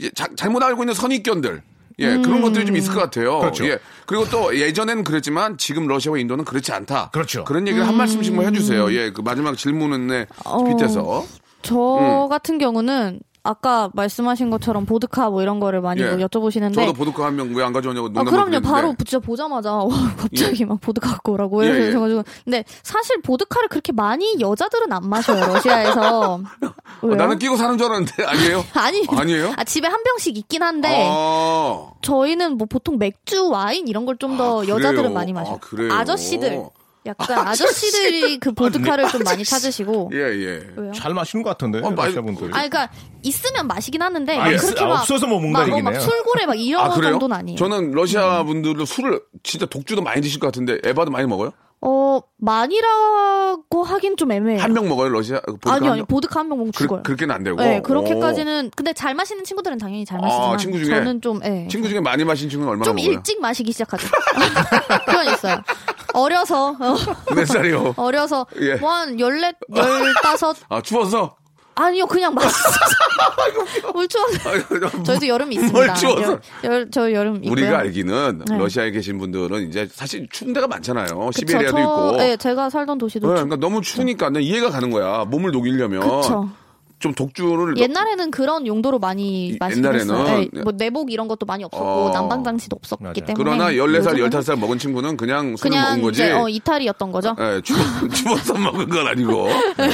예, 자- 잘못 알고 있는 선입견들. 예, 그런 것들이 좀 있을 것 같아요. 그렇죠. 예. 그리고 또 예전엔 그랬지만 지금 러시아와 인도는 그렇지 않다. 그렇죠. 런 얘기를 한 말씀씩 만 해주세요. 예, 그 마지막 질문에 음. 어. 빗대서. 저 음. 같은 경우는 아까 말씀하신 것처럼 보드카 뭐 이런 거를 많이 예. 뭐 여쭤보시는데 저도 보드카 한 명 왜 안 가져오냐고 아, 농담을 그럼요. 그랬는데. 바로 진짜 보자마자 와, 갑자기 막 보드카 갖고 오라고 예, 해서 예. 그래가지고 근데 사실 보드카를 그렇게 많이 여자들은 안 마셔요 러시아에서 어, 왜요? 나는 끼고 사는 줄 알았는데 아니에요? 아니 아니에요? 아, 집에 한 병씩 있긴 한데 아, 저희는 뭐 보통 맥주 와인 이런 걸 좀 더 아, 그래요? 여자들은 많이 마셔요 아, 그래요? 저씨들 약간 아저씨들이 그 보드카를 좀 많이 찾으시고 네. 예, 예. 왜요? 잘 마시는 것 같은데 어, 마- 러시아분들. 아, 그러니까 있으면 마시긴 하는데 아, 막 있- 그렇게 아, 막 없어서 못 먹는다 막, 어, 얘기네요. 막 술고래 막 이런 아, 그래요? 정도는 아니에요. 음. 저는 러시아 분들도 술을 진짜 독주도 많이 드실 것 같은데 에바도 많이 먹어요? 어 많이라고 하긴 좀 애매해요. 한 명 먹어요, 러시아? 그 보드카 네. 아니 한 아니 병? 보드카 한 병 먹으면 그, 죽어요. 그렇게는 안 되고. 네 오. 그렇게까지는 근데 잘 마시는 친구들은 당연히 잘 아, 마시지만 친구 중에? 저는 좀 예. 친구 중에 많이 마신 친구는 얼마나 좀 먹어요? 일찍 마시기 시작하죠. 그건 있어요. 어려서 어, 몇 살이요? 어려서 예. 뭐 한 열넷 열다섯 아, 추워서? 아니요 그냥 마시죠. 물 추워서 저희도 여름이 있습니다. 뭘 추워서? 열- 열- 저 여름 있고요. 우리가 알기는 네. 러시아에 계신 분들은 이제 사실 추운 데가 많잖아요. 그쵸, 시베리아도 저- 있고. 예, 제가 살던 네, 도시도 추- 그러니까 너무 추우니까 난 이해가 가는 거야. 몸을 녹이려면 그쵸. 좀 독주를 옛날에는 그런 용도로 많이 어. 이- 마시긴 옛날에는- 네. 했어요. 예, 뭐 내복 이런 것도 많이 없었고 어. 난방 장치도 없었기 맞아요. 때문에 그러나 14살, 요즘은 15살 먹은 친구는 그냥 술을 그냥 먹은 거지. 이제 어, 이탈이었던 거죠. 예, 추워, 추워서 먹은 건 아니고.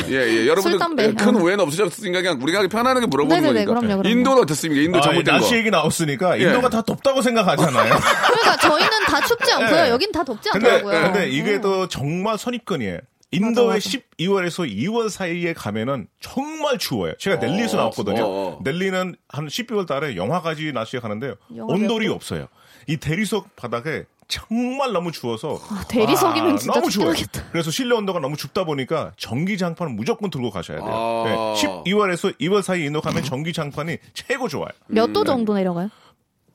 예, 예. 여러분들 네. 술, 담배. 예, 큰 어. 오해는 없으셨으니까 그냥 우리가 편안하게 물어보는 네네네, 거니까. 그럼요, 그럼요. 인도는 어땠습니까? 인도 아, 정부 된 거. 날씨 얘기 예. 나왔으니까 인도가 다 덥다고 생각하잖아요. 그러니까 저희는 다 춥지 않고요. 네. 예. 여긴 다 덥지 근데, 않더라고요. 음. 근데 이게 또 정말 선입견이에요. 인도의 맞아. 12월에서 2월 사이에 가면은 정말 추워요. 제가 넬리에서 나왔거든요. 어. 넬리는 한 12월 달에 영하까지 날씨에 가는데 영하 온돌이 몇 도? 없어요. 이 대리석 바닥에 정말 너무 추워서 어, 대리석이면 아, 진짜 너무 추워요. 죽겠다. 그래서 실내 온도가 너무 춥다 보니까 전기 장판을 무조건 들고 가셔야 돼요. 아. 네, 12월에서 2월 사이 에 인도 가면 전기 장판이 최고 좋아요. 몇 음. 도 정도 내려가요?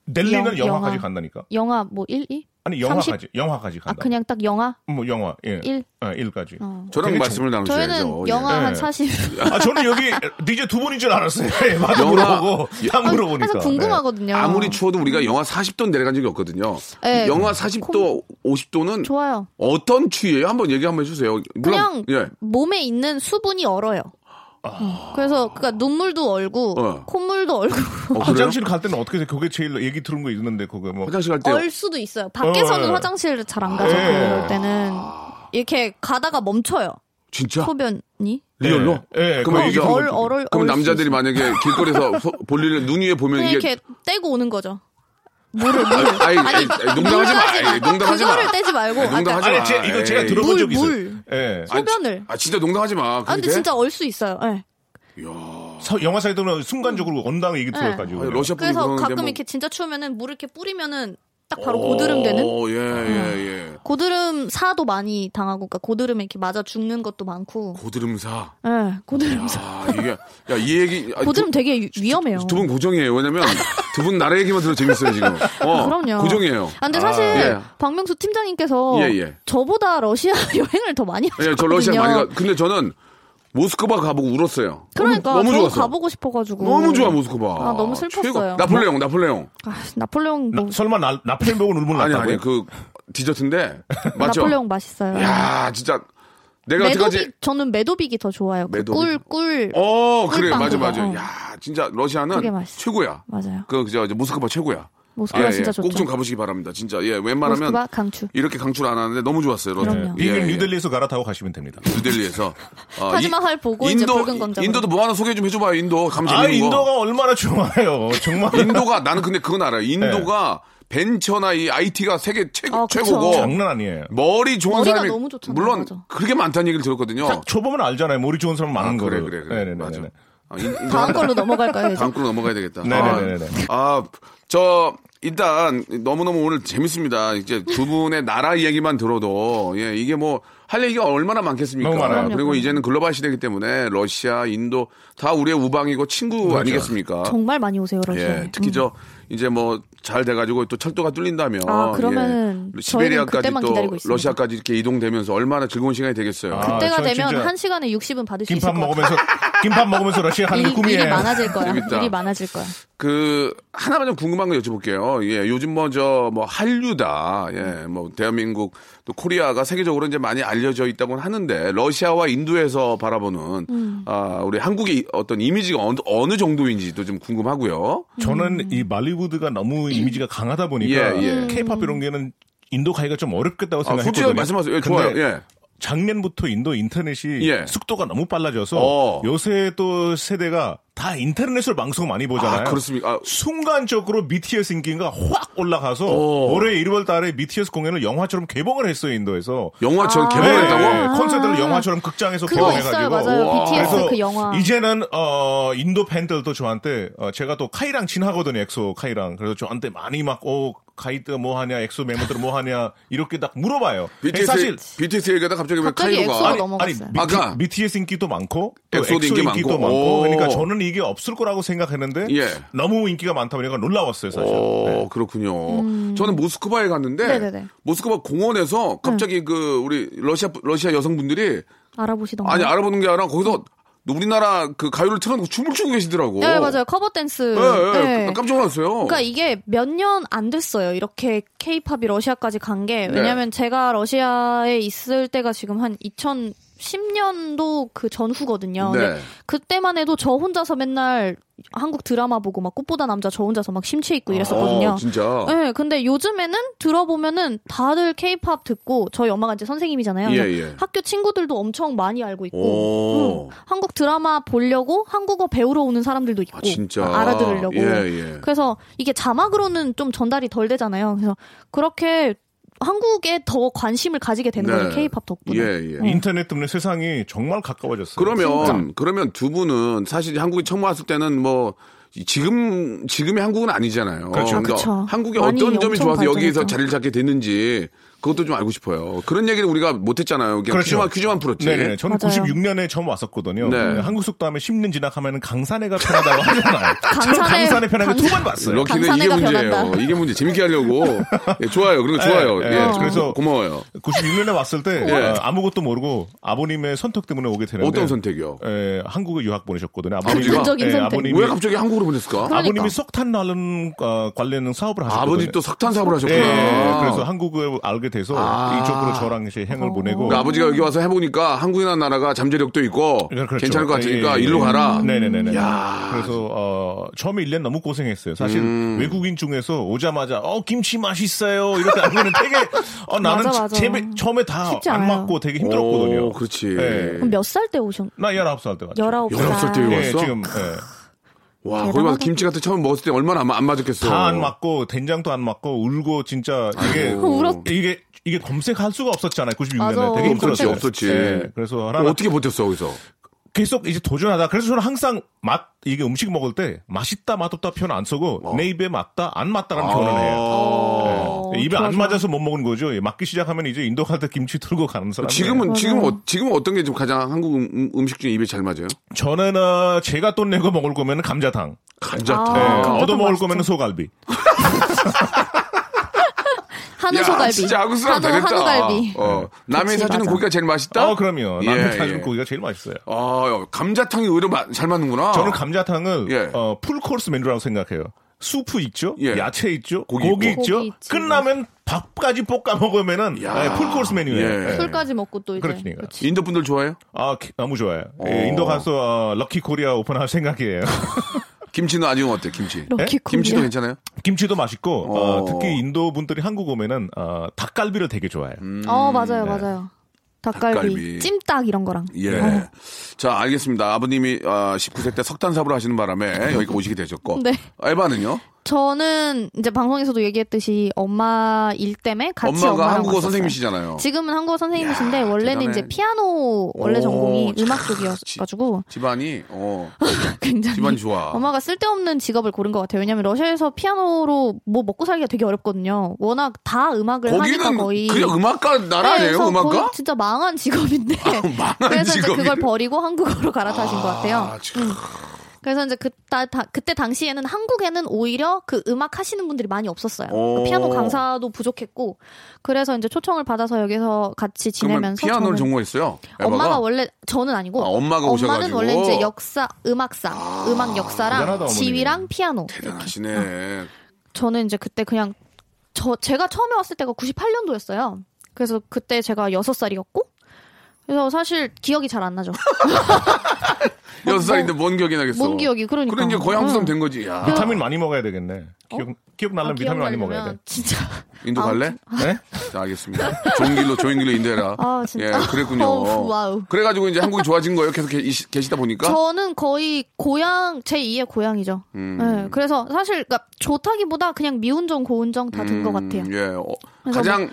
넬리는 영- 영하까지 영하. 간다니까. 영하 뭐 1, 2? 아니 30? 영하까지 영하까지 아 간다. 그냥 딱 영하 뭐 영화 예. 일? 아, 까지 어. 저랑 말씀을 나누셔야죠. 저희는 예. 영하 예. 한 40. 아 저는 여기 DJ 두 분인 줄 알았어요. 예, 맞아 영화- 물어보고 다 물어보니까. 항상 궁금하거든요. 네. 아무리 추워도 우리가 영하 40도 는 내려간 적이 없거든요. 예. 영하 40도, 50도는 좋아요. 어떤 추위예요? 한번 얘기 한번 해주세요. 물론, 그냥 예. 아. 몸에 있는 수분이 얼어요. 어, 그래서 그니까 눈물도 얼고 어. 콧물도 얼고 어, 네. 그래요? 화장실 갈 때는 어떻게 돼? 그게 제일 얘기 들은 거 있는데 그거 뭐. 화장실 갈 때. 얼 수도 있어요. 밖에서는 예. 어. 화장실 잘 안 가죠. 아. 예. 그럴 때는 이렇게 가다가 멈춰요. 진짜? 소변이 리얼로? 예, 예, 그러면 거기 이제 얼- 얼- 얼- 그럼 얼 남자들이 수 있어요. 만약에 길거리에서 소- 볼일을 눈 위에 보면 그냥 이게 이렇게 떼고 오는 거죠. 물을 물을 아이, 아이, 아이, 농담하지 마. 아이, 농담하지 마. 그거를 떼지 말고 아이, 농담하지 아까 그러니까, 아니 제, 이거 제가 에이. 들어본 물, 적이 있어요. 물. 예. 아니, 소변을. 아 진짜 농담하지 마. 아 근데 그렇게? 진짜 얼 수 있어요. 예. 서- 영화 음. 예. 사이드는 순간적으로 언당 얘기 들어가지고. 아니, 러시아 분이 그래서 그러는데 가끔 뭐- 이렇게 진짜 추우면은 물을 이렇게 뿌리면은 딱 바로 고드름 되는 어. 오, 예, 예, 예. 고드름 사도 많이 당하고 그러니까 고드름에 이렇게 맞아 죽는 것도 많고 고드름사. 예 고드름 사 아, 이게, 야, 이 얘기. 아, 고드름 되게 유- 위험해요. 두 분 고정이에요. 왜냐면 두 분 나라 얘기만 들어도 재밌어요, 지금. 어, 그럼요. 고정이에요. 아, 근데 사실 예. 박명수 팀장님께서 예, 예. 저보다 러시아 여행을 더 많이 하셨거든요. 예, 저 러시아 많이 가. 근데 저는 모스크바 가보고 울었어요. 그러니까 너무, 너무 저도 좋았어. 가보고 싶어가지고 너무 좋아 모스크바. 아, 너무 슬펐어요. 최고. 나폴레옹, 나폴레옹. 아, 나폴레옹 뭐, 나- 설마 나, 나폴레옹은 울분 아니 났다고요? 아니 그 디저트인데 맞죠? 나폴레옹 맛있어요. 야 진짜 내가 메도빅 어떡하지? 저는 메도빅이 더 좋아요. 그 메도빅? 꿀 꿀. 어 그래 꿀빵 맞아 그거. 맞아. 어. 야 진짜 그게 러시아는 맛있어. 최고야. 맞아요. 그 그저 이제 모스크바 최고야. 예, 모스크바 진짜 좋죠. 꼭 좀 가보시기 바랍니다. 진짜 예 웬만하면 모스크바 강추. 이렇게 강추를 안 하는데 너무 좋았어요. 러시아. 그럼요. 예, 그 비행 예. 뉴델리에서 갈아타고 가시면 됩니다. 뉴델리에서 아, 타지마할 보고 이제 붉은 광장으로. 인도도 뭐 하나 소개 좀 해줘봐요. 인도 감 아, 재밌는 거. 인도가 네. 얼마나 좋아요. 정말. 인도가 나는 근데 그건 알아요. 인도가 벤처나 이 IT가 세계 최, 아, 그쵸. 최고고 장난 아니에요. 머리 좋은 머리가 사람이 너무 좋잖아요. 물론 맞아. 그렇게 많다는 얘기를 들었거든요. 딱 줘보면 알잖아요. 머리 좋은 사람 아, 많은 거. 그래 그래 그래 네네네. 맞아. 아, 인, 인도 다음 하나- 걸로 넘어갈까요? 이제? 다음 걸로 넘어가야 되겠다. 아, 네네네네. 아저 일단 너무너무 오늘 재밌습니다. 이제 두 분의 나라 이야기만 들어도 예 이게 뭐 할 얘기가 얼마나 많겠습니까? 너무 많아요. 그리고 이제는 글로벌 시대이기 때문에 러시아, 인도 다 우리의 우방이고 친구 그렇죠. 아니겠습니까? 정말 많이 오세요 음. 러시아. 예, 특히 저 이제 뭐 잘 돼가지고 또 철도가 뚫린다면 아, 그러면은 예, 저희는 시베리아까지 그때만 또 기다리고 그렇죠. 있습니다. 러시아까지 이렇게 이동되면서 얼마나 즐거운 시간이 되겠어요. 아, 때가 저 되면 진짜 한 시간에 60은 받을 수 있을 김밥 것 같아요. 먹으면서 김밥 먹으면서 러시아 가는 게 일, 일이 꿈이에요. 많아질 거야. 재밌다. 일이 많아질 거야. 그 하나만 좀 궁금한 거 여쭤볼게요. 예, 요즘 뭐 저 뭐 한류다. 예, 뭐 대한민국 또 코리아가 세계적으로 이제 많이 알려져 있다고 하는데 러시아와 인도에서 바라보는 아 우리 한국의 어떤 이미지가 어느, 어느 정도인지도 좀 궁금하고요. 아, 음. 저는 이 말리우드가 너무 이미지가 강하다 보니까 예, 예. 케이팝 이런 게는 인도 가기가 좀 어렵겠다고 아, 생각했거든요. 솔직히 말씀하세요. 예, 좋아요. 근데 예. 작년부터 인도 인터넷이 예. 속도가 너무 빨라져서 어. 요새 또 세대가 다 인터넷으로 방송 많이 보잖아요. 아, 그렇습니까? 아, 순간적으로 BTS 인기가 확 올라가서 오. 올해 1월 달에 BTS 공연을 영화처럼 개봉을 했어요, 인도에서. 영화처럼 네, 개봉했다고? 콘서트를 영화처럼 극장에서 아. 그거 개봉해가지고. 있어요, 맞아요. 와. BTS 그래서 그 영화. 이제는 어, 인도 팬들도 저한테 어, 제가 또 카이랑 친하거든요, 엑소 카이랑. 그래서 저한테 많이 막 어, 카이트 뭐 하냐, 엑소 멤버들 뭐 하냐 이렇게 딱 물어봐요. BTS 사실 BTS 얘기하다 갑자기 왜 갑자기 카이로가 엑소로 아니, 넘어갔어요. 아니, BT, 아까. BTS 인기도 많고, 또 엑소도 엑소 인기 인기 많고. 도 많고, 오. 그러니까 저는 이게 없을 거라고 생각했는데, 예. 너무 인기가 많다 보니까 놀라웠어요, 사실. 어, 네. 그렇군요. 저는 모스크바에 갔는데 음. 네네네. 음. 모스크바 공원에서 갑자기 그 우리 러시아 러시아 여성분들이 알아보시던가. 아니 알아보는 게 아니라 거기서 우리나라 그 가요를 틀어놓고 춤을 추고 계시더라고. 네, 맞아요. 커버 댄스. 뭐. 예, 예. 네. 깜- 깜짝 놀랐어요. 그러니까 이게 몇 년 안 됐어요. 이렇게 케이팝이 러시아까지 간 게. 네. 왜냐면 제가 러시아에 있을 때가 지금 한 2010년도 그 전후거든요. 네. 근데 그때만 해도 저 혼자서 맨날 한국 드라마 보고 막 꽃보다 남자 저 혼자서 막 심취해 있고 이랬었거든요. 어, 진짜. 네, 근데 요즘에는 들어보면은 다들 케이팝 듣고 저희 엄마가 이제 선생님이잖아요. 예, 그래서 예. 학교 친구들도 엄청 많이 알고 있고 오. 음, 한국 드라마 보려고 한국어 배우러 오는 사람들도 있고 아, 진짜. 음. 알아들으려고. 예, 예. 그래서 이게 자막으로는 좀 전달이 덜 되잖아요. 그래서 그렇게 한국에 더 관심을 가지게 되는 네. 거죠. 케이팝 덕분에. 예, 예. 네. 인터넷 때문에 세상이 정말 가까워졌어요. 그러면 그러면 두 분은 사실 한국에 처음 왔을 때는 뭐 지금 지금의 한국은 아니잖아요. 그렇죠. 그러니까 그쵸. 한국이 많이 어떤 점이 엄청 좋아서 여기에서 발전했죠. 자리를 잡게 됐는지 그것도 좀 알고 싶어요. 그런 얘기를 우리가 못했잖아요. 그냥 퀴즈만 퀴즈만 풀었지. 그렇죠. 네네. 저는 맞아요. 96년에 처음 왔었거든요. 네. 네, 한국 속도 하면 10년 지나가면 강산해가 편하다고 하잖아요. 강산해- 저는 강산해 편하게 강산- 두 번 봤어요. 럭키는 이게 강산해가 문제예요. 변한다. 이게 문제. 재밌게 하려고. 예, 좋아요. 그런 거 좋아요. 예, 예, 예. 그래서 그래서- 고마워요. 96년에 왔을 때 예. 어, 아무것도 모르고 아버님의 선택 때문에 오게 되는데 어떤 선택이요? 에, 한국에 유학 보내셨거든요. 예, 긍정적인 선택. 아버님이, 왜 갑자기 한국으로 보냈을까? 그러니까. 아버님이 석탄 나는 어, 관련 사업을 하셨거든요. 아버지 또 석탄 사업을 하셨구나. 예, 예. 그래서 한국을 알게 돼서 아. 이쪽으로 저랑 이제 행을 보내고 그러니까 아버지가 여기 와서 해보니까 한국이라는 나라가 잠재력도 있고 예, 그렇죠. 괜찮을 것 같으니까 예, 예, 일로 예. 가라. 네네네네. 야. 그래서 어, 처음에 1년 너무 고생했어요. 사실 음. 외국인 중에서 오자마자 어 김치 맛있어요 이렇게 하면 되게 어 나는 맞아, 맞아. 제일 처음에 다 쉽지 안 않아요. 맞고 되게 힘들었거든요. 오, 그렇지. 예. 그럼 몇 살 때 오셨? 나 19살 때 왔죠. 19살. 19살 때 예, 왔어? 지금 예. 와, 대단하다. 거기 가서 김치 같은 처음 먹었을 때 얼마나 안, 안 맞았겠어. 다안 맞고 된장도 안 맞고 울고 진짜 이게 울었- 이게 이게 검색할 수가 없었잖아요. 96년에 맞아. 되게 힘들었어요. 없었지, 없었지. 예, 그래서 하나 그럼 어떻게 버텼어, 거기서? 계속 이제 도전하다. 그래서 저는 항상 맛 이게 음식 먹을 때 맛있다 맛없다 표현 안 쓰고 어. 내 입에 맞다 안 맞다라는 아. 표현을 해요. 예, 어, 입에 좋아, 안 좋아. 맞아서 못 먹은 거죠. 예, 맞기 시작하면 이제 인도 갈 때 김치 들고 가는 사람. 지금은 지금 맞아요. 어, 지금 어떤 게 좀 가장 한국 음, 음식 중에 입에 잘 맞아요? 저는 어, 제가 돈 내고 먹을 거면 감자탕. 감자탕. 아, 예, 감자탕 얻어 먹을 맛있죠. 거면 소갈비. 한우 야, 소갈비. 진짜 한국 사람 한우, 되겠다. 한우갈비. 어, 남이 그치, 사주는 맞아. 고기가 제일 맛있다. 아 그럼요. 예, 남의 사준 예. 고기가 제일 맛있어요. 아, 감자탕이 의외로 마- 잘 맞는구나. 저는 감자탕을 아. 예. 어, 풀 코스 메뉴라고 생각해요. 수프 있죠, 예. 야채 있죠, 고기 고기, 있고. 있죠. 고기 있지. 끝나면 밥까지 볶아 먹으면은 야. 예, 풀 코스 메뉴예요. 예. 예. 술까지 먹고 또 이제. 그렇습니다. 그치. 인도 분들 좋아해요? 아 기- 너무 좋아요. 어. 예, 인도 가서 어, 럭키 코리아 오픈할 생각이에요. 김치는 아직 어때? 김치. 럭키 예? 김치도 코리아. 괜찮아요? 김치도 맛있고 어, 어. 특히 인도 분들이 한국 오면은 어, 닭갈비를 되게 좋아해요. 음. 어 맞아요 맞아요. 닭갈비, 네. 닭갈비. 찜닭 이런 거랑. 예. 자, 알겠습니다. 아버님이 아, 19세 때 석탄 사업을 하시는 바람에 여기까지 오시게 되셨고. 네. 에바는요? 저는 이제 방송에서도 얘기했듯이 엄마 일 때문에 같이 엄마가 엄마랑 한국어 갔었어요. 선생님이시잖아요. 지금은 한국어 선생님이신데 야, 원래는 대단해. 이제 피아노 원래 오, 전공이 참, 음악 쪽이어가지고 집안이 어 굉장히 집안이 좋아. 엄마가 쓸데없는 직업을 고른 것 같아요. 왜냐하면 러시아에서 피아노로 뭐 먹고 살기가 되게 어렵거든요. 워낙 다 음악을 거기는 하니까 거의 그냥 음악가 나라 네, 아니에요? 그래서 거의 음악가? 아, 진짜 망한 직업인데 망한 그래서 이제 직업이래. 그걸 버리고 한국어로 갈아타신 것 같아요. 음. 아, 참. 그래서 이제 그다 다- 그때 당시에는 한국에는 오히려 그 음악 하시는 분들이 많이 없었어요. 그 오. 피아노 강사도 부족했고 그래서 이제 초청을 받아서 여기서 같이 그러면 지내면서 피아노를 저는 전공했어요. 에바가? 엄마가 원래 저는 아니고 아, 엄마가 엄마는 오셔가지고. 원래 이제 역사 음악사 대단하다, 음악 역사랑 어머니. 지휘랑 피아노 대단하시네. 저는 이제 그때 그냥 저 제가 처음에 왔을 때가 98년도였어요. 그래서 그때 제가 6살이었고 그래서 사실 기억이 잘 안 나죠. 여섯 살인데 뭔 기억이 나겠어? 뭔 기억이 그러니까. 그래 이제 거의 한국 사람 응. 그렇죠. 된 거지. 야. 비타민 많이 먹어야 되겠네. 기억 기억 날려면 비타민 많이 먹어야 돼. 아, 기억나려면 진짜 아, 인도 갈래? 네? 자, 알겠습니다. 좋은 길로 좋은 길로 인도해라. 아, 진짜? 예, 그랬군요. 어우, 와우. 그래가지고 이제 한국이 좋아진 거예요. 계속 계, 시다 보니까. 저는 거의 고향 제 2의 고향이죠. 네, 그래서 사실 그러니까 좋다기보다 그냥 미운정 고운정 다 든 것 같아요. 음, 예. 어, 그래서 뭐, 음. 가장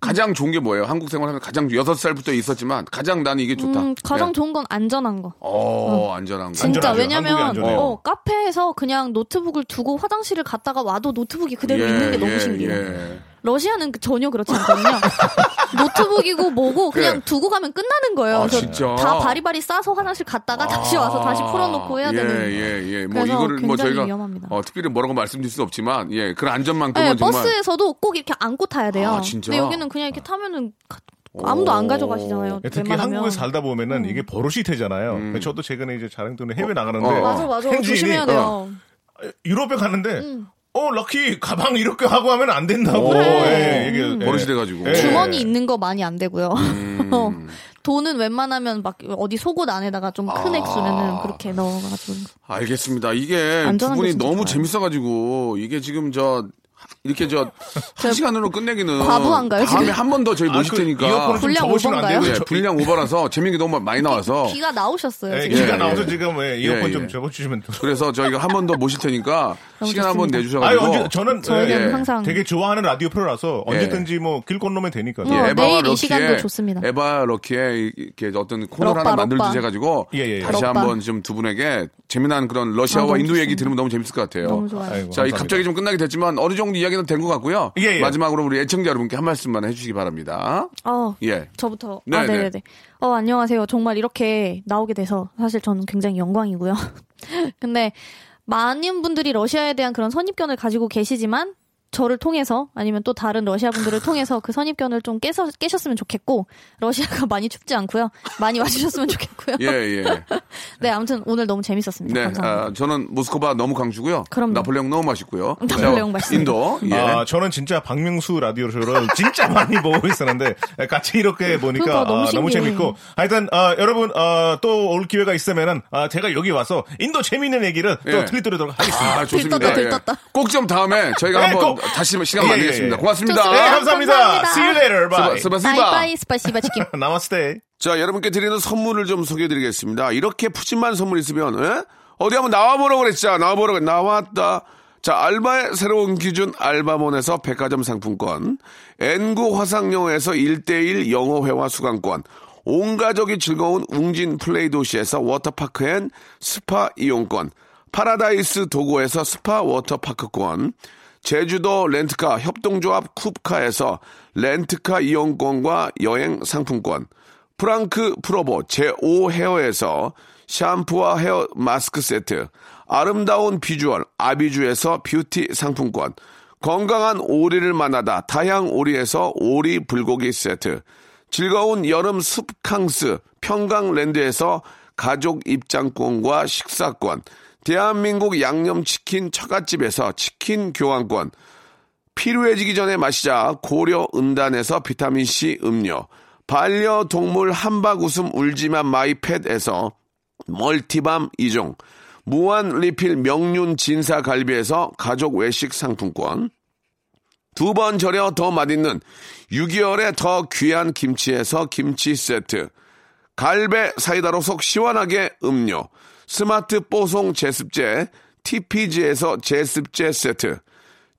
가장 좋은 게 뭐예요? 한국 생활하면 가장 여섯 살부터 있었지만 가장 나는 이게 좋다. 음, 가장 예. 좋... 좋은 건 안전한 거. 어, 안전한 거. 진짜 안전하죠. 한국이 왜냐면 안전해요. 어, 카페에서 그냥 노트북을 두고 화장실을 갔다가 와도 노트북이 그대로 있는 게 너무 신기해요. 예. 러시아는 그- 전혀 그렇지 않거든요. 노트북이고 뭐고 그냥 네. 두고 가면 끝나는 거예요. 아, 그래서 진짜? 아. 다 바리바리 싸서 화장실 갔다가 다시 와서 다시 풀어놓고 해야 예, 되는. 예, 예. 뭐 그래서 이거를 뭐 굉장히 저희가 위험합니다. 어, 특별히 뭐라고 말씀드릴 수는 없지만 예, 그런 안전만큼은 네, 정말 버스에서도 꼭 이렇게 안고 타야 돼요. 아, 진짜? 근데 여기는 그냥 이렇게 타면은 가- 아무도 안 가져가시잖아요. 예, 특히 웬만하면. 음. 한국에 살다 보면은 이게 버릇이 되잖아요. 저도 최근에 이제 자랑 때문에 해외 나가는데 음. 어. 맞아 맞아 행진이 어, 조심해야 돼요. 음. 유럽에 가는데 어 럭키 가방 이렇게 하고 하면 안 된다고 그래. 예, 이게 음. 예. 어. 버릇이 돼가지고. 예. 네. 주머니 있는 거 많이 안 되고요. 음. 어, 돈은 웬만하면 막 어디 속옷 안에다가 좀 아. 큰 액수면은 그렇게 넣어가지고 알겠습니다. 이게 두 안전한 게 분이 진짜 너무 좋아요. 재밌어가지고 이게 지금 저 이렇게 저 한 시간으로 끝내기는 과부한가요, 지금? 다음에 한 번 더 저희 아, 모실 그 테니까 이어폰을 좀 분량 접으시면 안 오버인가요? 되고요. 예, 저- 분량 오버라서 재밌는 게 너무 많이 나와서 귀가 나오셨어요. 예, 지금. 예, 기가 예. 나와서 지금 예, 이어폰 예, 예. 좀 적어주시면 또- 그래서 저희가 한 번 더 모실 테니까 너무 시간 한 번 좋습니다. 아니 내주셔가지고 언제 저는 저희는 예, 항상 되게 좋아하는 라디오 프로라서 언제든지 뭐 길건 놈면 되니까 어, 예, 에바와 내일 이 럭키의- 시간도 좋습니다. 에바 럭키의 이렇게 어떤 코너 럭바, 하나 만들듯이 럭바. 해가지고 예, 예, 예. 다시 럭바. 한번 좀 두 분에게 재미난 그런 러시아와 아, 인도 너무 얘기 좋습니다. 들으면 너무 재밌을 것 같아요. 너무 좋아요. 자, 아이고, 이 감사합니다. 갑자기 좀 끝나게 됐지만 어느 정도 이야기는 된 것 같고요. 예, 예. 마지막으로 우리 애청자 여러분께 한 말씀만 해주시기 바랍니다. 어, 예. 저부터. 네, 아, 네. 네네네. 어, 안녕하세요. 정말 이렇게 나오게 돼서 사실 저는 굉장히 영광이고요. 근데 많은 분들이 러시아에 대한 그런 선입견을 가지고 계시지만 저를 통해서 아니면 또 다른 러시아 분들을 통해서 그 선입견을 좀 깨서, 깨셨으면 좋겠고 러시아가 많이 춥지 않고요. 많이 와주셨으면 좋겠고요. 예, 예. 네, 아무튼 오늘 너무 재밌었습니다. 네, 감사합니다. 아, 저는 모스크바 너무 강추고요. 그럼요. 나폴레옹 너무 맛있고요. 나폴레옹 자, 맛있습니다. 인도. 예. 아, 저는 진짜 박명수 라디오를 진짜 많이 보고 있었는데 같이 이렇게 보니까 그러니까 너무 아, 너무 신기해. 재밌고 하여튼 아, 여러분 또 올 기회가 있으면은 아, 제가 여기 와서 인도 재미있는 얘기를 예. 또 들려드리도록 하겠습니다. 아, 좋습니다. 들떴다, 들떴다. 꼭 좀 다음에 저희가 네, 한번 꼭. 다시 시간 예, 예, 만들겠습니다. 예. 고맙습니다. 네, 좋습니다. 감사합니다. 감사합니다. See you later. 스바- Bye. 스바시바. 바이바이 스파시바 치킨. 나마스테. 자, 여러분께 드리는 선물을 좀 소개해드리겠습니다. 이렇게 푸짐한 선물 있으면, 에? 어디 한번 나와보라고 그랬죠? 나와보라고, 그랬- 나왔다. 자, 알바의 새로운 기준 알바몬에서 백화점 상품권, N구 화상영어에서 1대1 영어회화 수강권, 온 가족이 즐거운 웅진 플레이 도시에서 워터파크 앤 스파 이용권, 파라다이스 도고에서 스파 워터파크권, 제주도 렌트카 협동조합 쿱카에서 렌트카 이용권과 여행 상품권, 프랑크 프로보 제5 헤어에서 샴푸와 헤어 마스크 세트, 아름다운 비주얼 아비주에서 뷰티 상품권, 건강한 오리를 만나다 다양 오리에서 오리 불고기 세트, 즐거운 여름 숲캉스 평강랜드에서 가족 입장권과 식사권, 대한민국 양념치킨 처갓집에서 치킨 교환권, 필요해지기 전에 마시자 고려 은단에서 비타민C 음료, 반려동물 한박 웃음 울지만 마이펫에서 멀티밤 이종 무한 리필 명륜 진사 갈비에서 가족 외식 상품권, 두 번 절여 더 맛있는 6개월에 더 귀한 김치에서 김치 세트, 갈배 사이다로 속 시원하게 음료, 스마트 뽀송 제습제, TPG에서 제습제 세트,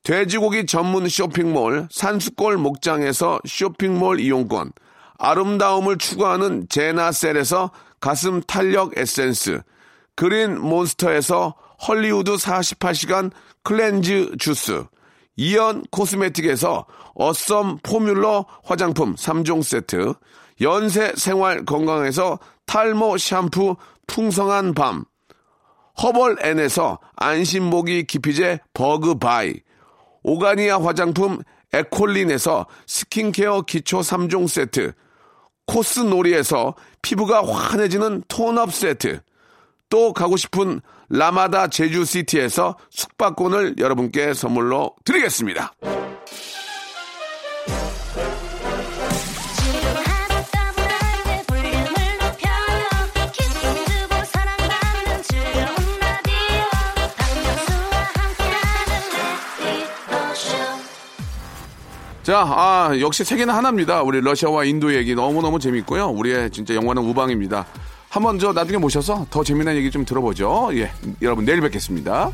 돼지고기 전문 쇼핑몰 산수골 목장에서 쇼핑몰 이용권, 아름다움을 추구하는 제나셀에서 가슴 탄력 에센스, 그린 몬스터에서 헐리우드 48시간 클렌즈 주스, 이연 코스메틱에서 어썸 포뮬러 화장품 3종 세트, 연세 생활 건강에서 탈모 샴푸 풍성한 밤, 허벌앤에서 안심모기 기피제 버그바이, 오가니아 화장품 에콜린에서 스킨케어 기초 3종 세트, 코스놀이에서 피부가 환해지는 톤업 세트, 또 가고 싶은 라마다 제주시티에서 숙박권을 여러분께 선물로 드리겠습니다. 자, 아, 역시 세계는 하나입니다. 우리 러시아와 인도 얘기 너무너무 재밌고요. 우리의 진짜 영화는 우방입니다. 한번 저 나중에 모셔서 더 재미난 얘기 좀 들어보죠. 예, 여러분 내일 뵙겠습니다.